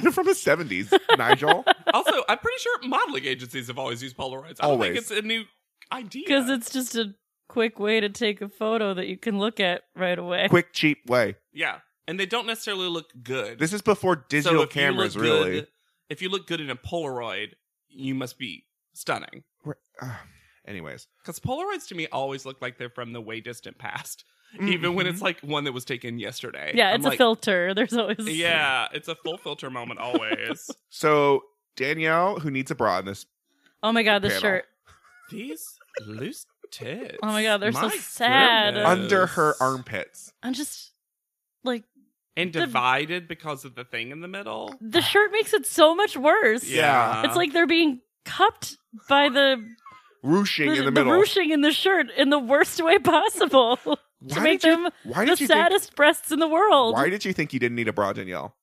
they're from the 70s, Nigel.
also, I'm pretty sure modeling agencies have always used Polaroids. I don't
Always.
think it's a new idea.
Because it's just a quick way to take a photo that you can look at right away.
Quick, cheap way.
yeah, and they don't necessarily look good.
This is before
So
digital
if you
cameras,
look
really.
good- if you look good in a Polaroid, you must be stunning.
We're- ah. Anyways,
Because Polaroids to me always look like they're from the way distant past, even when
Mm-hmm.
Mm-hmm.
it's like one that was taken yesterday.
Yeah,
I'm
it's a
like,
filter. There's always
Yeah, it's a full filter moment always.
so Danielle, who needs a bra in this,
Oh my god, this
Panel.
shirt.
These loose tits.
Oh my God, they're so
My
sad.
goodness.
under her armpits.
I'm just like
and
The-
divided because of the thing in the middle.
the shirt makes it so much worse.
Yeah.
It's like they're being cupped by the
Ruching
the,
in the
the
middle.
ruching in the shirt in the worst way possible to
Why
make
did you-
them
why
the
did you think,
saddest breasts in the world.
Why did you think you didn't need a bra, Danielle?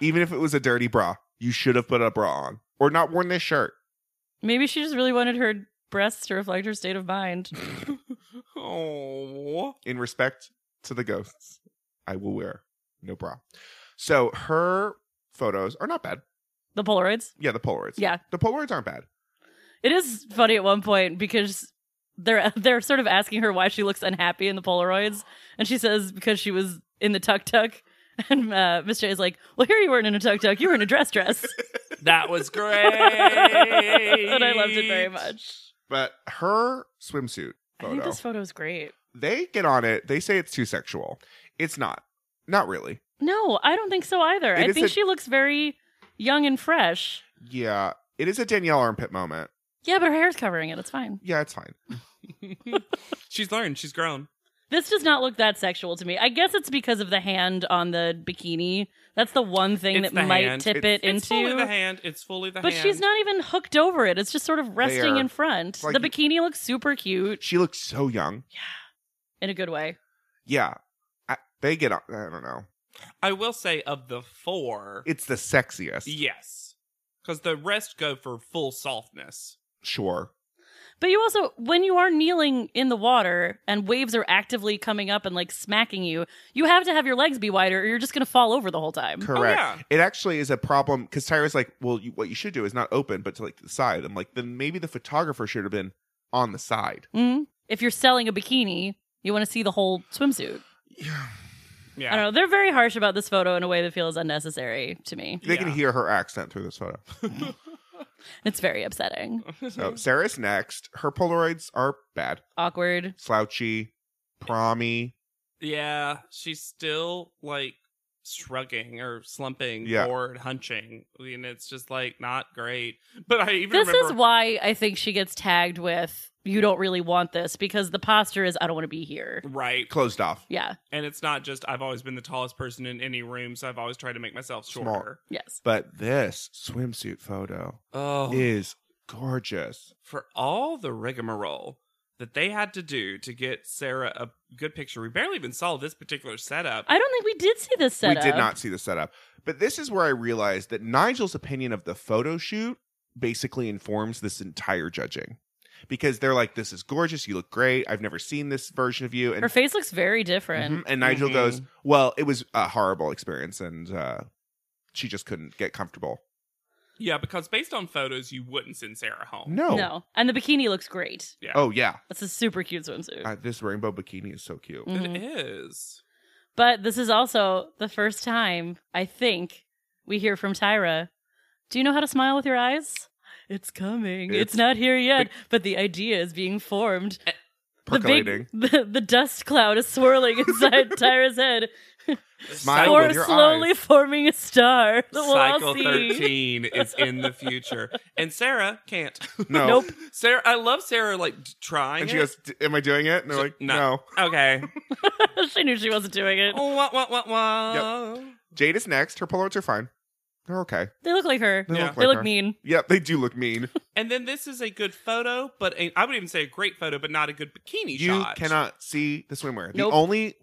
Even if it was a dirty bra, you should have put a bra on or not worn this shirt.
Maybe she just really wanted her breasts to reflect her state of mind.
Oh.
in respect to the ghosts, I will wear no bra. So her photos are not bad.
The Polaroids.
Yeah, the Polaroids.
Yeah.
The Polaroids aren't bad.
It is funny at one point because they're they're sort of asking her why she looks unhappy in the Polaroids, and she says because she was in the tuk tuk. And uh, Miss J is like, "Well, here you weren't in a tuk tuk; you were in a dress dress."
That was great.
and I loved it very much.
But her swimsuit
I think
photo,
this photo is great.
they get on it. They say it's too sexual. It's not. Not really.
No, I don't think so either.
It
I
is
think
a-
she looks very young and fresh.
Yeah. It is a Danielle armpit moment.
Yeah, but her hair's covering it. It's fine.
Yeah, it's fine.
She's learned. She's grown.
This does not look that sexual to me. I guess it's because of the hand on the bikini. That's the one thing
It's
that
the
might
hand.
tip
It's-
it
It's fully
into.
the hand. It's fully the
But
hand.
she's not even hooked over it. It's just sort of resting
are-
in front.
like-
the bikini looks super cute
She looks so young.
in a good way.
Yeah. I, they get on. I don't know.
I will say of the four,
It's the sexiest.
yes, because the rest go for full softness.
Sure.
Oh,
But you also, when you are kneeling in the water and waves are actively coming up and like smacking you, you have to have your legs be wider or you're just going to fall over the whole time.
Correct.
yeah.
It actually is a problem because Tyra's like, well, you, what you should do is not open, but to like the side. I'm like, then maybe the photographer should have been on the side.
Mhm. If you're selling a bikini, you want to see the whole swimsuit.
Yeah,
I don't know. They're very harsh about this photo in a way that feels unnecessary to me.
They can
Yeah.
hear her accent through this photo.
It's very upsetting.
So Sarah's next. Her Polaroids are bad,
Awkward.
slouchy, prommy.
yeah. She's still like shrugging or slumping,
Yeah.
forward, hunching, and it's just like not great. But I even
This is
remember
why I think she gets tagged with you don't really want this because the posture is I don't want to be here.
right,
Closed off.
Yeah.
and it's not just I've always been the tallest person in any room, so I've always tried to make myself
Small.
shorter.
Yes.
But this swimsuit photo
Oh,
is gorgeous.
for all the rigmarole that they had to do to get Sarah a good picture, we barely even saw this particular setup.
I don't think we did see this setup.
We did not see the setup. But this is where I realized that Nigel's opinion of the photo shoot basically informs this entire judging. Because they're like, this is gorgeous. You look great. I've never seen this version of you. And,
Her face looks very different.
Mhm. and Nigel
Mhm.
goes, well, it was a horrible experience. And uh, she just couldn't get comfortable.
yeah, because based on photos, you wouldn't send Sarah home.
No.
No. And the bikini looks great.
Oh, yeah.
That's a super cute swimsuit.
Uh, this rainbow bikini is so cute.
It
Mhm.
is.
But this is also the first time I think we hear from Tyra. Do you know how to smile with your eyes? It's coming. It's,
It's-
not here yet, but the idea is being formed.
Percolating.
The, big, the, the dust cloud is swirling inside Tyra's head,
Smile
or
with your
slowly
eyes.
forming a star that we'll all
Cycle
see.
13 is in the future. And Sarah can't.
No.
Nope.
Sarah, I love Sarah, like, d- trying.
And she
it.
goes, D- am I doing it? And they're
So-
like,
no.
no.
okay.
she knew she wasn't doing it.
oh, what, what, what, what?
Jade is next. Her polaroids are fine. They're okay.
They look like her.
They
Yeah.
look
They
like
look
her.
mean.
Yep, they do look mean.
And then this is a good photo, but I I would even say a great photo, but not a good bikini
you
shot.
cannot see the swimwear. The
Nope.
only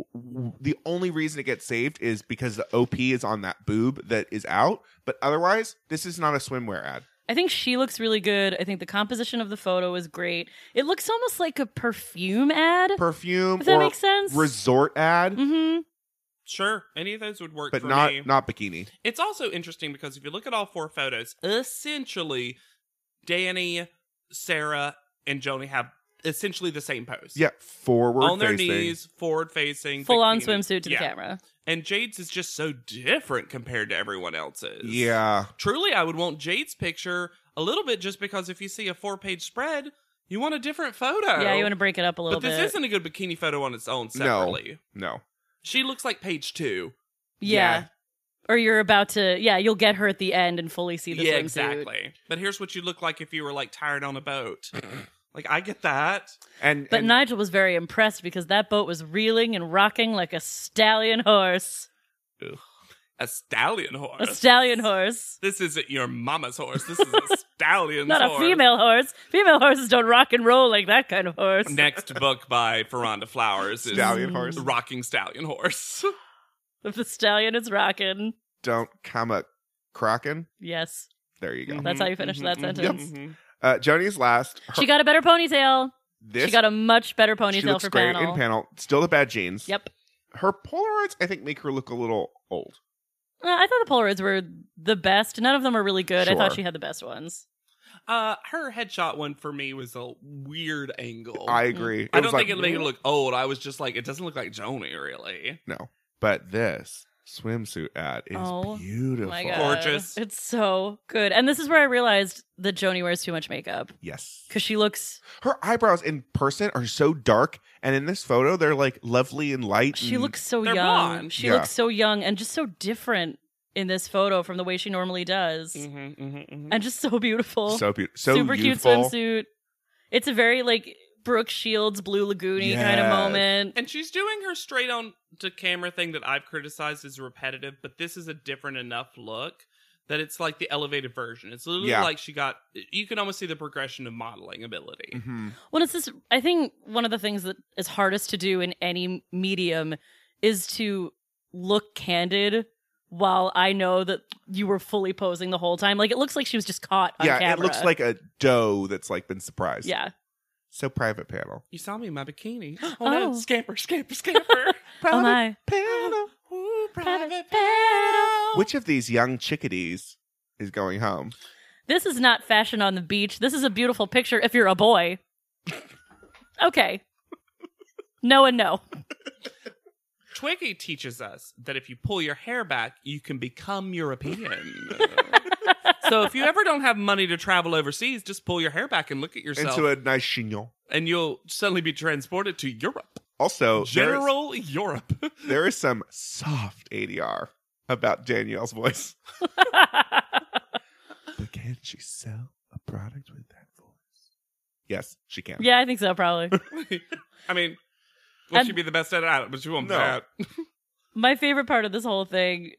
the only reason it gets saved is because the OP is on that boob that is out. But otherwise, this is not a swimwear ad.
I think she looks really good. I think the composition of the photo is great. It looks almost like a perfume ad.
Perfume
if that
or
makes sense.
resort ad,
mm-hmm.
Sure, any of those would work
but
Mm, for
not
me.
not bikini.
It's also interesting because if you look at all four photos, essentially Danny, Sarah, and Joni have essentially the same pose.
Yeah, forward
On their
facing.
knees, forward facing,
Full on
bikini.
swimsuit to the
Yeah.
camera.
And Jade's is just so different compared to everyone else's.
Yeah,
Truly, I would want Jade's picture a little bit just because if you see a four page spread, you want a different photo.
Yeah, you want to break it up a little
But this
bit.
isn't a good bikini photo on its own
No.
separately.
no.
She looks like page two.
yeah.
yeah.
Or you're about to, yeah, you'll get her at the end and fully see the
yeah,
swimsuit.
exactly. But here's what you look like if you were like tired on a boat. like I get that.
And
But
and
Nigel was very impressed because that boat was reeling and rocking like a stallion horse.
A stallion
A
horse.
stallion horse.
this isn't your mama's horse. This is a stallion's
Not a
horse.
female horse. Female horses don't rock and roll like that kind of horse.
Next book by Ferranda Flowers is
Stallion horse.
Rocking Stallion Horse.
If the stallion is rocking,
don't come a kraken.
yes.
There you go.
That's how you finish
Mm-hmm,
that sentence.
Uh, Joni's last. Her-
She got a better ponytail.
this,
she got a much better
she
ponytail
looks
for
great
panel.
in panel. Still the bad jeans.
Yep.
Her Polaroids, I think, make her look a little old.
Uh, I thought the Polaroids were the best. None of them are really good. I thought
Sure.
she had the best ones.
Uh, her headshot one for me was a weird angle.
I agree. It
Mm. I
was
don't
like,
think it made it look old. I was just like, it doesn't look like Joni, really.
No. But this swimsuit ad is
Oh,
beautiful.
My God.
Gorgeous.
It's so good. And this is where I realized that Joni wears too much makeup
Yes.
because she looks
Her eyebrows in person are so dark, and in this photo, they're like lovely and light.
she
and-
looks so
They're
young.
blonde.
She
Mm. Yeah.
looks so young and just so different in this photo from the way she normally does.
Mm-hmm, mm-hmm,
And just so beautiful.
so beautiful, so
Super
youthful.
cute swimsuit. It's a very like Brooke Shields, Blue Lagoony kind of
Yes.
moment.
And she's doing her straight on to camera thing that I've criticized as repetitive, but this is a different enough look that it's like the elevated version. It's literally
Yeah.
like she got, you can almost see the progression of modeling ability.
Mhm.
Well, it's this. I think one of the things that is hardest to do in any medium is to look candid. While I know that you were fully posing the whole time, like it looks like she was just caught on
Yeah, it
camera.
looks like a doe that's like been surprised.
yeah.
So private panel.
You saw me in my bikini. Oh,
Oh.
no. Scamper, scamper, scamper.
oh my!
Panel.
Ooh,
Private
private panel.
Oh.
Which of these young chickadees is going home?
This is not fashion on the beach. This is a beautiful picture. If you're a boy, okay. No and no.
Twiggy teaches us that if you pull your hair back, you can become European. so if you ever don't have money to travel overseas, just pull your hair back and look at yourself,
Into a nice chignon.
and you'll suddenly be transported to Europe,
Also, Oh, there is,
general Europe.
there is some soft ADR about Danielle's voice. But can she sell a product with that voice? Yes, she can.
yeah, I think so. Probably.
I mean, will
And-
she be the best at it? But she won't. be
No.
That.
My favorite part of this whole thing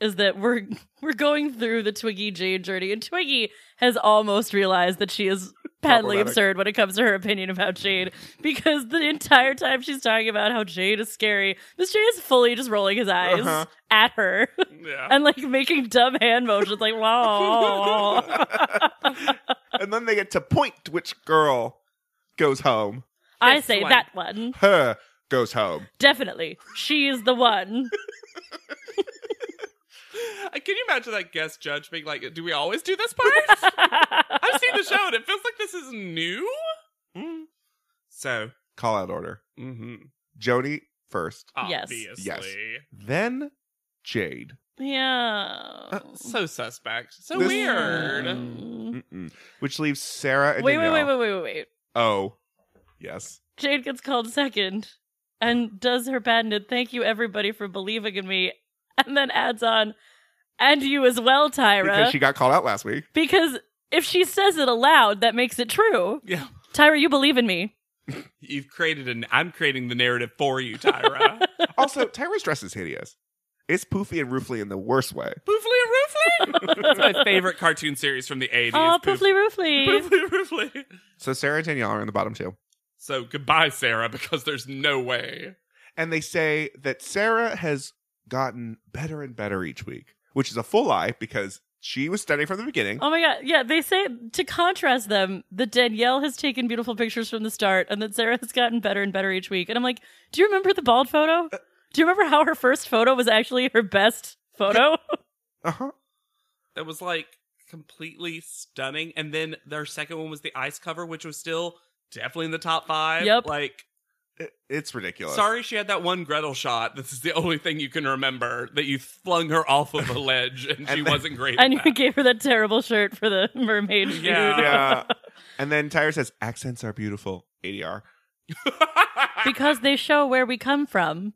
is that we're we're going through the Twiggy Jade journey, and Twiggy has almost realized that she is patently
Problematic.
absurd when it comes to her opinion about Jade, because the entire time she's talking about how Jade is scary, Miss Jade is fully just rolling his eyes
Uh-huh.
at her
Yeah.
and like making dumb hand motions, like wow.
and then they get to point to which girl goes home.
I
This
say
one.
that one
Her goes home.
definitely. She is the one.
Uh, Can you imagine that guest judge being like, "Do we always do this part?" I've seen the show, and it feels like this is new.
Hmm.
So,
Call out order.
mm-hmm.
Joni first,
Yes.
obviously.
Yes. then Jade.
yeah.
Uh, So suspect. So
This- Hmm.
weird.
Mm.
Mm-mm. Which leaves Sarah and
Wait, wait,
Danielle.
wait, wait, wait, wait, wait.
Oh, yes.
Jade gets called second and does her patented thank you everybody for believing in me and then adds on and you as well, Tyra.
Because she got called out last week.
Because if she says it aloud, that makes it true.
Yeah.
Tyra, you believe in me.
You've created an I'm creating the narrative for you, Tyra.
Also, Tyra's dress is hideous. It's poofy and roofly in the worst way.
Poofly and Roofly? That's my favorite cartoon series from the 80s.
Oh,
Poof-
poofly roofly.
Poofly Roofly.
So Sarah and Danielle are in the bottom two.
So goodbye, Sarah, because there's no way.
And they say that Sarah has gotten better and better each week, which is a full lie because she was studying from the beginning.
Oh my god. Yeah, they say to contrast them that Danielle has taken beautiful pictures from the start and that Sarah has gotten better and better each week. And I'm like, do you remember the bald photo?
Uh,
Do you remember how her first photo was actually her best photo?
Uh-huh.
That was like completely stunning. And then their second one was the ice cover, which was still definitely in the top five.
Yep.
Like,
It- it's ridiculous.
sorry she had that one Gretel shot. This is the only thing you can remember that you flung her off of a ledge and, she
And then-
wasn't great.
and
at
you
that.
gave her that terrible shirt for the mermaid shoot.
Yeah.
Yeah. and then Tyra says, accents are beautiful. ADR.
Because they show where we come from.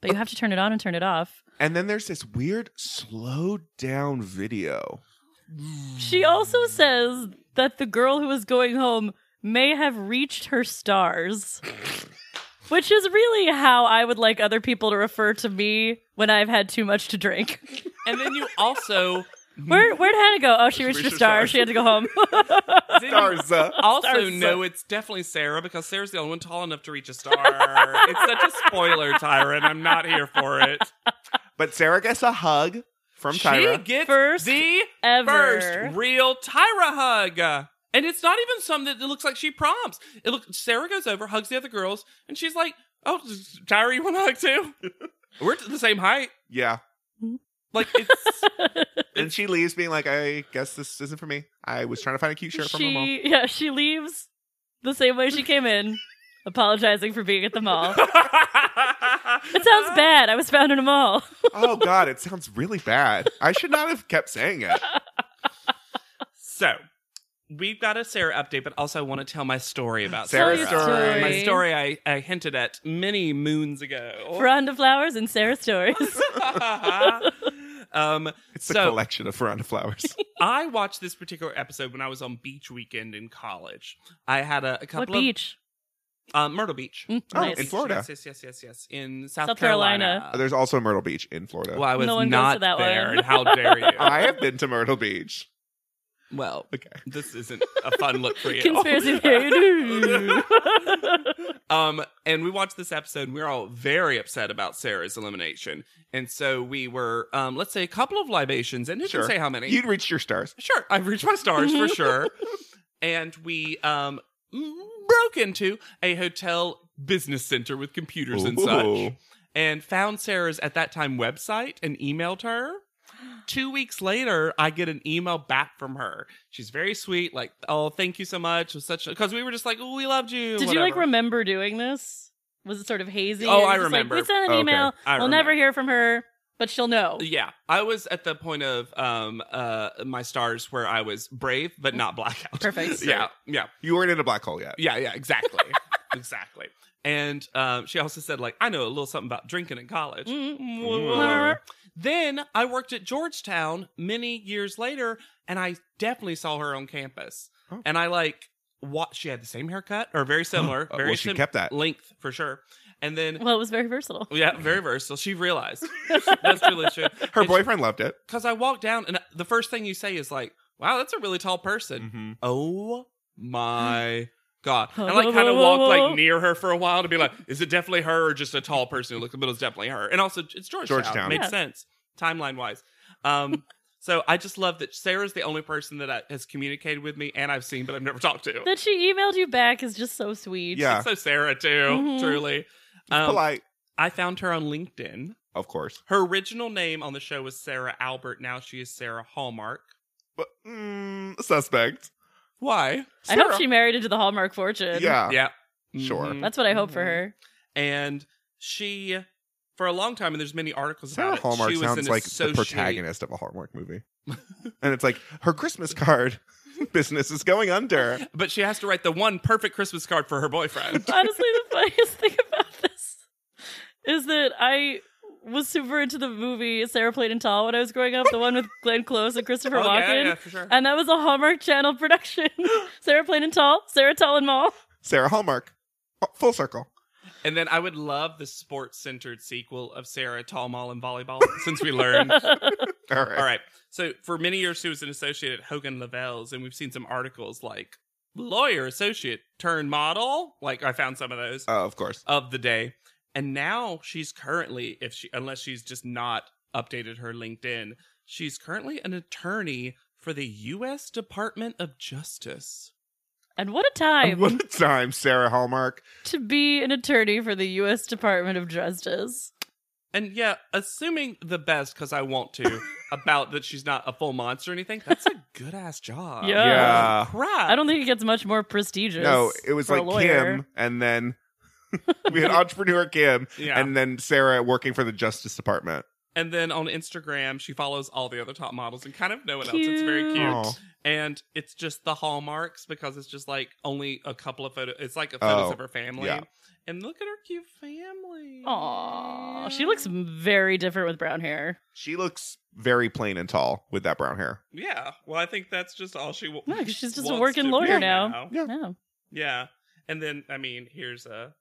But you have to turn it on and turn it off.
And then there's this weird slowed down video.
She also says that the girl who is going home may have reached her stars, which is really how I would like other people to refer to me when I've had too much to drink.
and then you also
Where, where'd Hannah go? Oh, she reached her
reached her stars.
stars. She had to go home.
then you
Starza.
also
Stars.
know it's definitely Sarah because Sarah's the only one tall enough to reach a star. it's such a spoiler, Tyra, and I'm not here for it.
But Sarah gets a hug from Tyra.
She gets
First
the
ever.
first real Tyra hug. And it's not even something that looks like she prompts. It look Sarah goes over, hugs the other girls, and she's like, "Oh, Tyra, you want a hug too? We're the same height."
yeah.
Like it's
And she leaves being like, I guess this isn't for me. I was trying to find a cute shirt from a mall.
she, yeah, she leaves the same way she came in, apologizing for being at the mall. It sounds bad. I was found in a mall.
Oh God, it sounds really bad. I should not have kept saying it.
So we've got a Sarah update, but also I want to tell my story about
Sarah
Tell your
Sarah.
story.
My story I, I hinted at many moons ago.
Veranda flowers and Sarah stories.
um,
It's a
So-
collection of Veranda flowers.
I watched this particular episode when I was on beach weekend in college. I had a, a
What
couple of
beach?
uh, Myrtle Beach.
Mm,
Oh,
nice.
in Florida.
Yes, yes, yes, yes, yes. In South,
South Carolina.
Carolina.
Uh, There's also Myrtle Beach in Florida.
Well, I was
No one goes
not
to that
there,
one.
and how dare you?
I have been to Myrtle Beach.
well,
Okay.
this isn't a fun look for you.
Conspiracy theory.
Um, and we watched this episode, and we were all very upset about Sarah's elimination. And so we were, um, let's say, a couple of libations, and it
Sure.
didn't say how many.
You'd reached your stars.
sure, I've reached my stars for sure. And we um, m- broke into a hotel business center with computers and
Ooh.
such, and found Sarah's at that time website and emailed her. Two weeks later, I get an email back from her. She's very sweet, like, "Oh, thank you so much." It was such because we were just like, "Oh, we loved you."
Did you like
whatever.
remember doing this? Was it sort of hazy? It
Oh,
was
I
just
remember.
Like, we sent an
Okay.
email.
I
we'll
remember.
never hear from her, but she'll know.
Yeah, I was at the point of um uh my stars where I was brave but not blackout.
Mm. Perfect.
yeah, yeah,
You weren't in a black hole yet.
yeah, yeah. Exactly, exactly. And um, she also said like I know a little something about drinking in college.
Mm.
Then I worked at Georgetown many years later, and I definitely saw her on campus.
Oh.
And I like what she had the same haircut or very similar,
Uh,
very
well, she
sim-
kept that. Oh.
length for sure. And then
Well, it was very versatile.
yeah, very versatile. She realized that's really true.
Her
And she-
boyfriend loved it.
because I walk down and the first thing you say is like, "Wow, that's a really tall person."
Mm-hmm.
Oh my god! And I, like kind of walked like near her for a while to be like, "Is it definitely her or just a tall person who looks middle? It's definitely her." And also, it's Georgetown.
Georgetown.
makes
Yeah.
sense timeline wise. Um, so I just love that Sarah's the only person that I, has communicated with me and I've seen, but I've never talked to.
That she emailed you back is just so sweet.
Yeah.
So Sarah too,
Mhm.
truly. Um,
Polite,
I found her on LinkedIn.
of course.
Her original name on the show was Sarah Albert. Now she is Sarah Hallmark.
But mm, suspect.
Why?
I hope she married into the Hallmark fortune.
Yeah.
Yeah.
Sure.
Mhm.
That's what I hope for
Mm-hmm.
her.
And she, for a long time, and there's many articles
Sarah
about it.
Hallmark
she was
sounds
an
like
associate-
the protagonist of a Hallmark movie. and it's like her Christmas card business is going under.
But she has to write the one perfect Christmas card for her boyfriend.
Honestly, the funniest thing about this is that I was super into the movie Sarah Played in Tall when I was growing up, the one with Glenn Close and Christopher
Oh, yeah,
Walken.
yeah, for sure.
And that was a Hallmark Channel production. Sarah Plain and Tall, Sarah Tall and Mall.
Sarah Hallmark. Oh, Full circle.
And then I would love the sports centered sequel of Sarah Tall Mall and Volleyball, since we learned.
All right.
All right. So for many years, she was an associate at Hogan Lavelle's, and we've seen some articles like lawyer associate turn model. Like I found some of those
Oh, of course.
of the day. And now she's currently, if she unless she's just not updated her LinkedIn, she's currently an attorney for the U.S. Department of Justice.
And what a time
What a time, Sarah Hallmark.
to be an attorney for the U.S. Department of Justice.
And yeah, assuming the best because I want to about that she's not a full monster or anything. That's a good ass job.
Yeah.
yeah.
Crap.
I don't think it gets much more prestigious.
No, it was
for a
like
lawyer.
Kim, and then we had entrepreneur Kim,
Yeah.
and then Sarah working for the Justice Department.
And then on Instagram, she follows all the other top models and kind of no one else. It's very
Cute.
cute.
Aw.
And it's just the hallmarks because it's just like only a couple of photos. It's like
Oh,
photos of her family.
yeah.
And look at her cute family.
Aw, she looks very different with brown hair.
She looks very plain and tall with that brown hair.
Yeah. Well, I think that's just all she. W-
No, 'cause she's just a
wants
working
to
lawyer
be
now.
Yeah.
No.
Yeah. And then I mean, here's a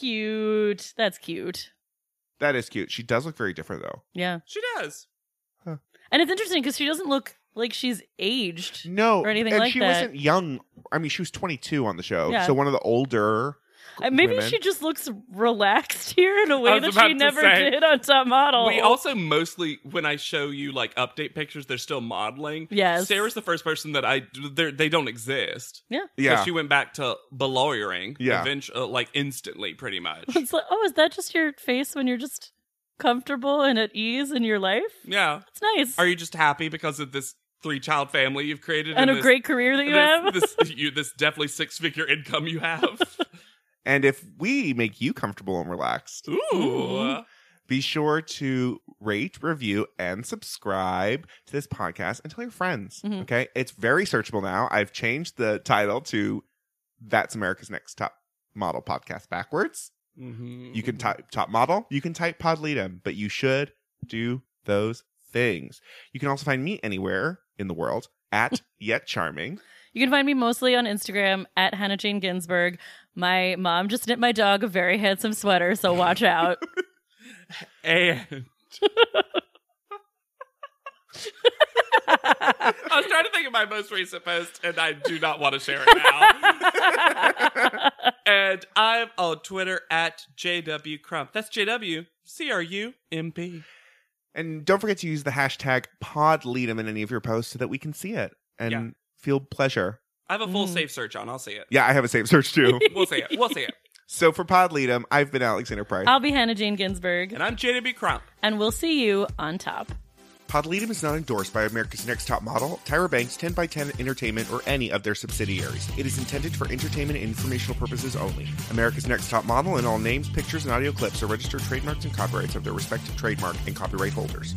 Cute. That's cute.
That is cute. She does look very different though.
Yeah.
she does.
And it's interesting because she doesn't look like she's aged.
No,
Or anything
and
like
she
that.
wasn't young. I mean, she was 22 on the show,
Yeah.
so one of the older.
Uh, Maybe
women.
she just looks relaxed here in a way
was
that
about
she
to
never
say.
did on Top Model.
We also mostly when I show you like update pictures, they're still modeling.
Yes.
Sarah's the first person that I they're- they don't exist.
yeah.
So
Yeah,
she went back to belawyering.
Yeah.
eventu- uh, like instantly, pretty much.
It's like, oh, is that just your face when you're just comfortable and at ease in your life?
yeah.
It's nice.
Are you just happy because of this three child family you've created
and a
this,
great career that you have?
this, this, you, this definitely six figure income you have?
and if we make you comfortable and relaxed,
Ooh.
Ooh.
be sure to rate, review, and subscribe to this podcast and tell your friends.
Mhm.
Okay, it's very searchable now. I've changed the title to "That's America's Next Top Model Podcast" backwards.
Mm-hmm.
Mhm.
You can type top model. You can type podleadem, but you should do those things. You can also find me anywhere in the world at yet charming.
You can find me mostly on Instagram at Hannah Jane Ginsburg. My mom just knit my dog a very handsome sweater, so watch out.
And I was trying to think of my most recent post, and I do not want to share it now. and I'm on Twitter at JW Crump. That's JW C R U M P.
And don't forget to use the hashtag podleadem in any of your posts so that we can see it and
Yeah.
feel pleasure.
I have a full
Mm.
save search on. I'll see it.
Yeah, I have a save search too.
We'll see it. We'll see it.
so for podleadem, I've been Alexander Price.
I'll be Hannah Jane Ginsburg,
And I'm JW Crump.
and we'll see you on top.
Podleadum is not endorsed by America's Next Top Model, Tyra Banks, 10x10 Entertainment, or any of their subsidiaries. It is intended for entertainment and informational purposes only. America's Next Top Model and all names, pictures, and audio clips are registered trademarks and copyrights of their respective trademark and copyright holders.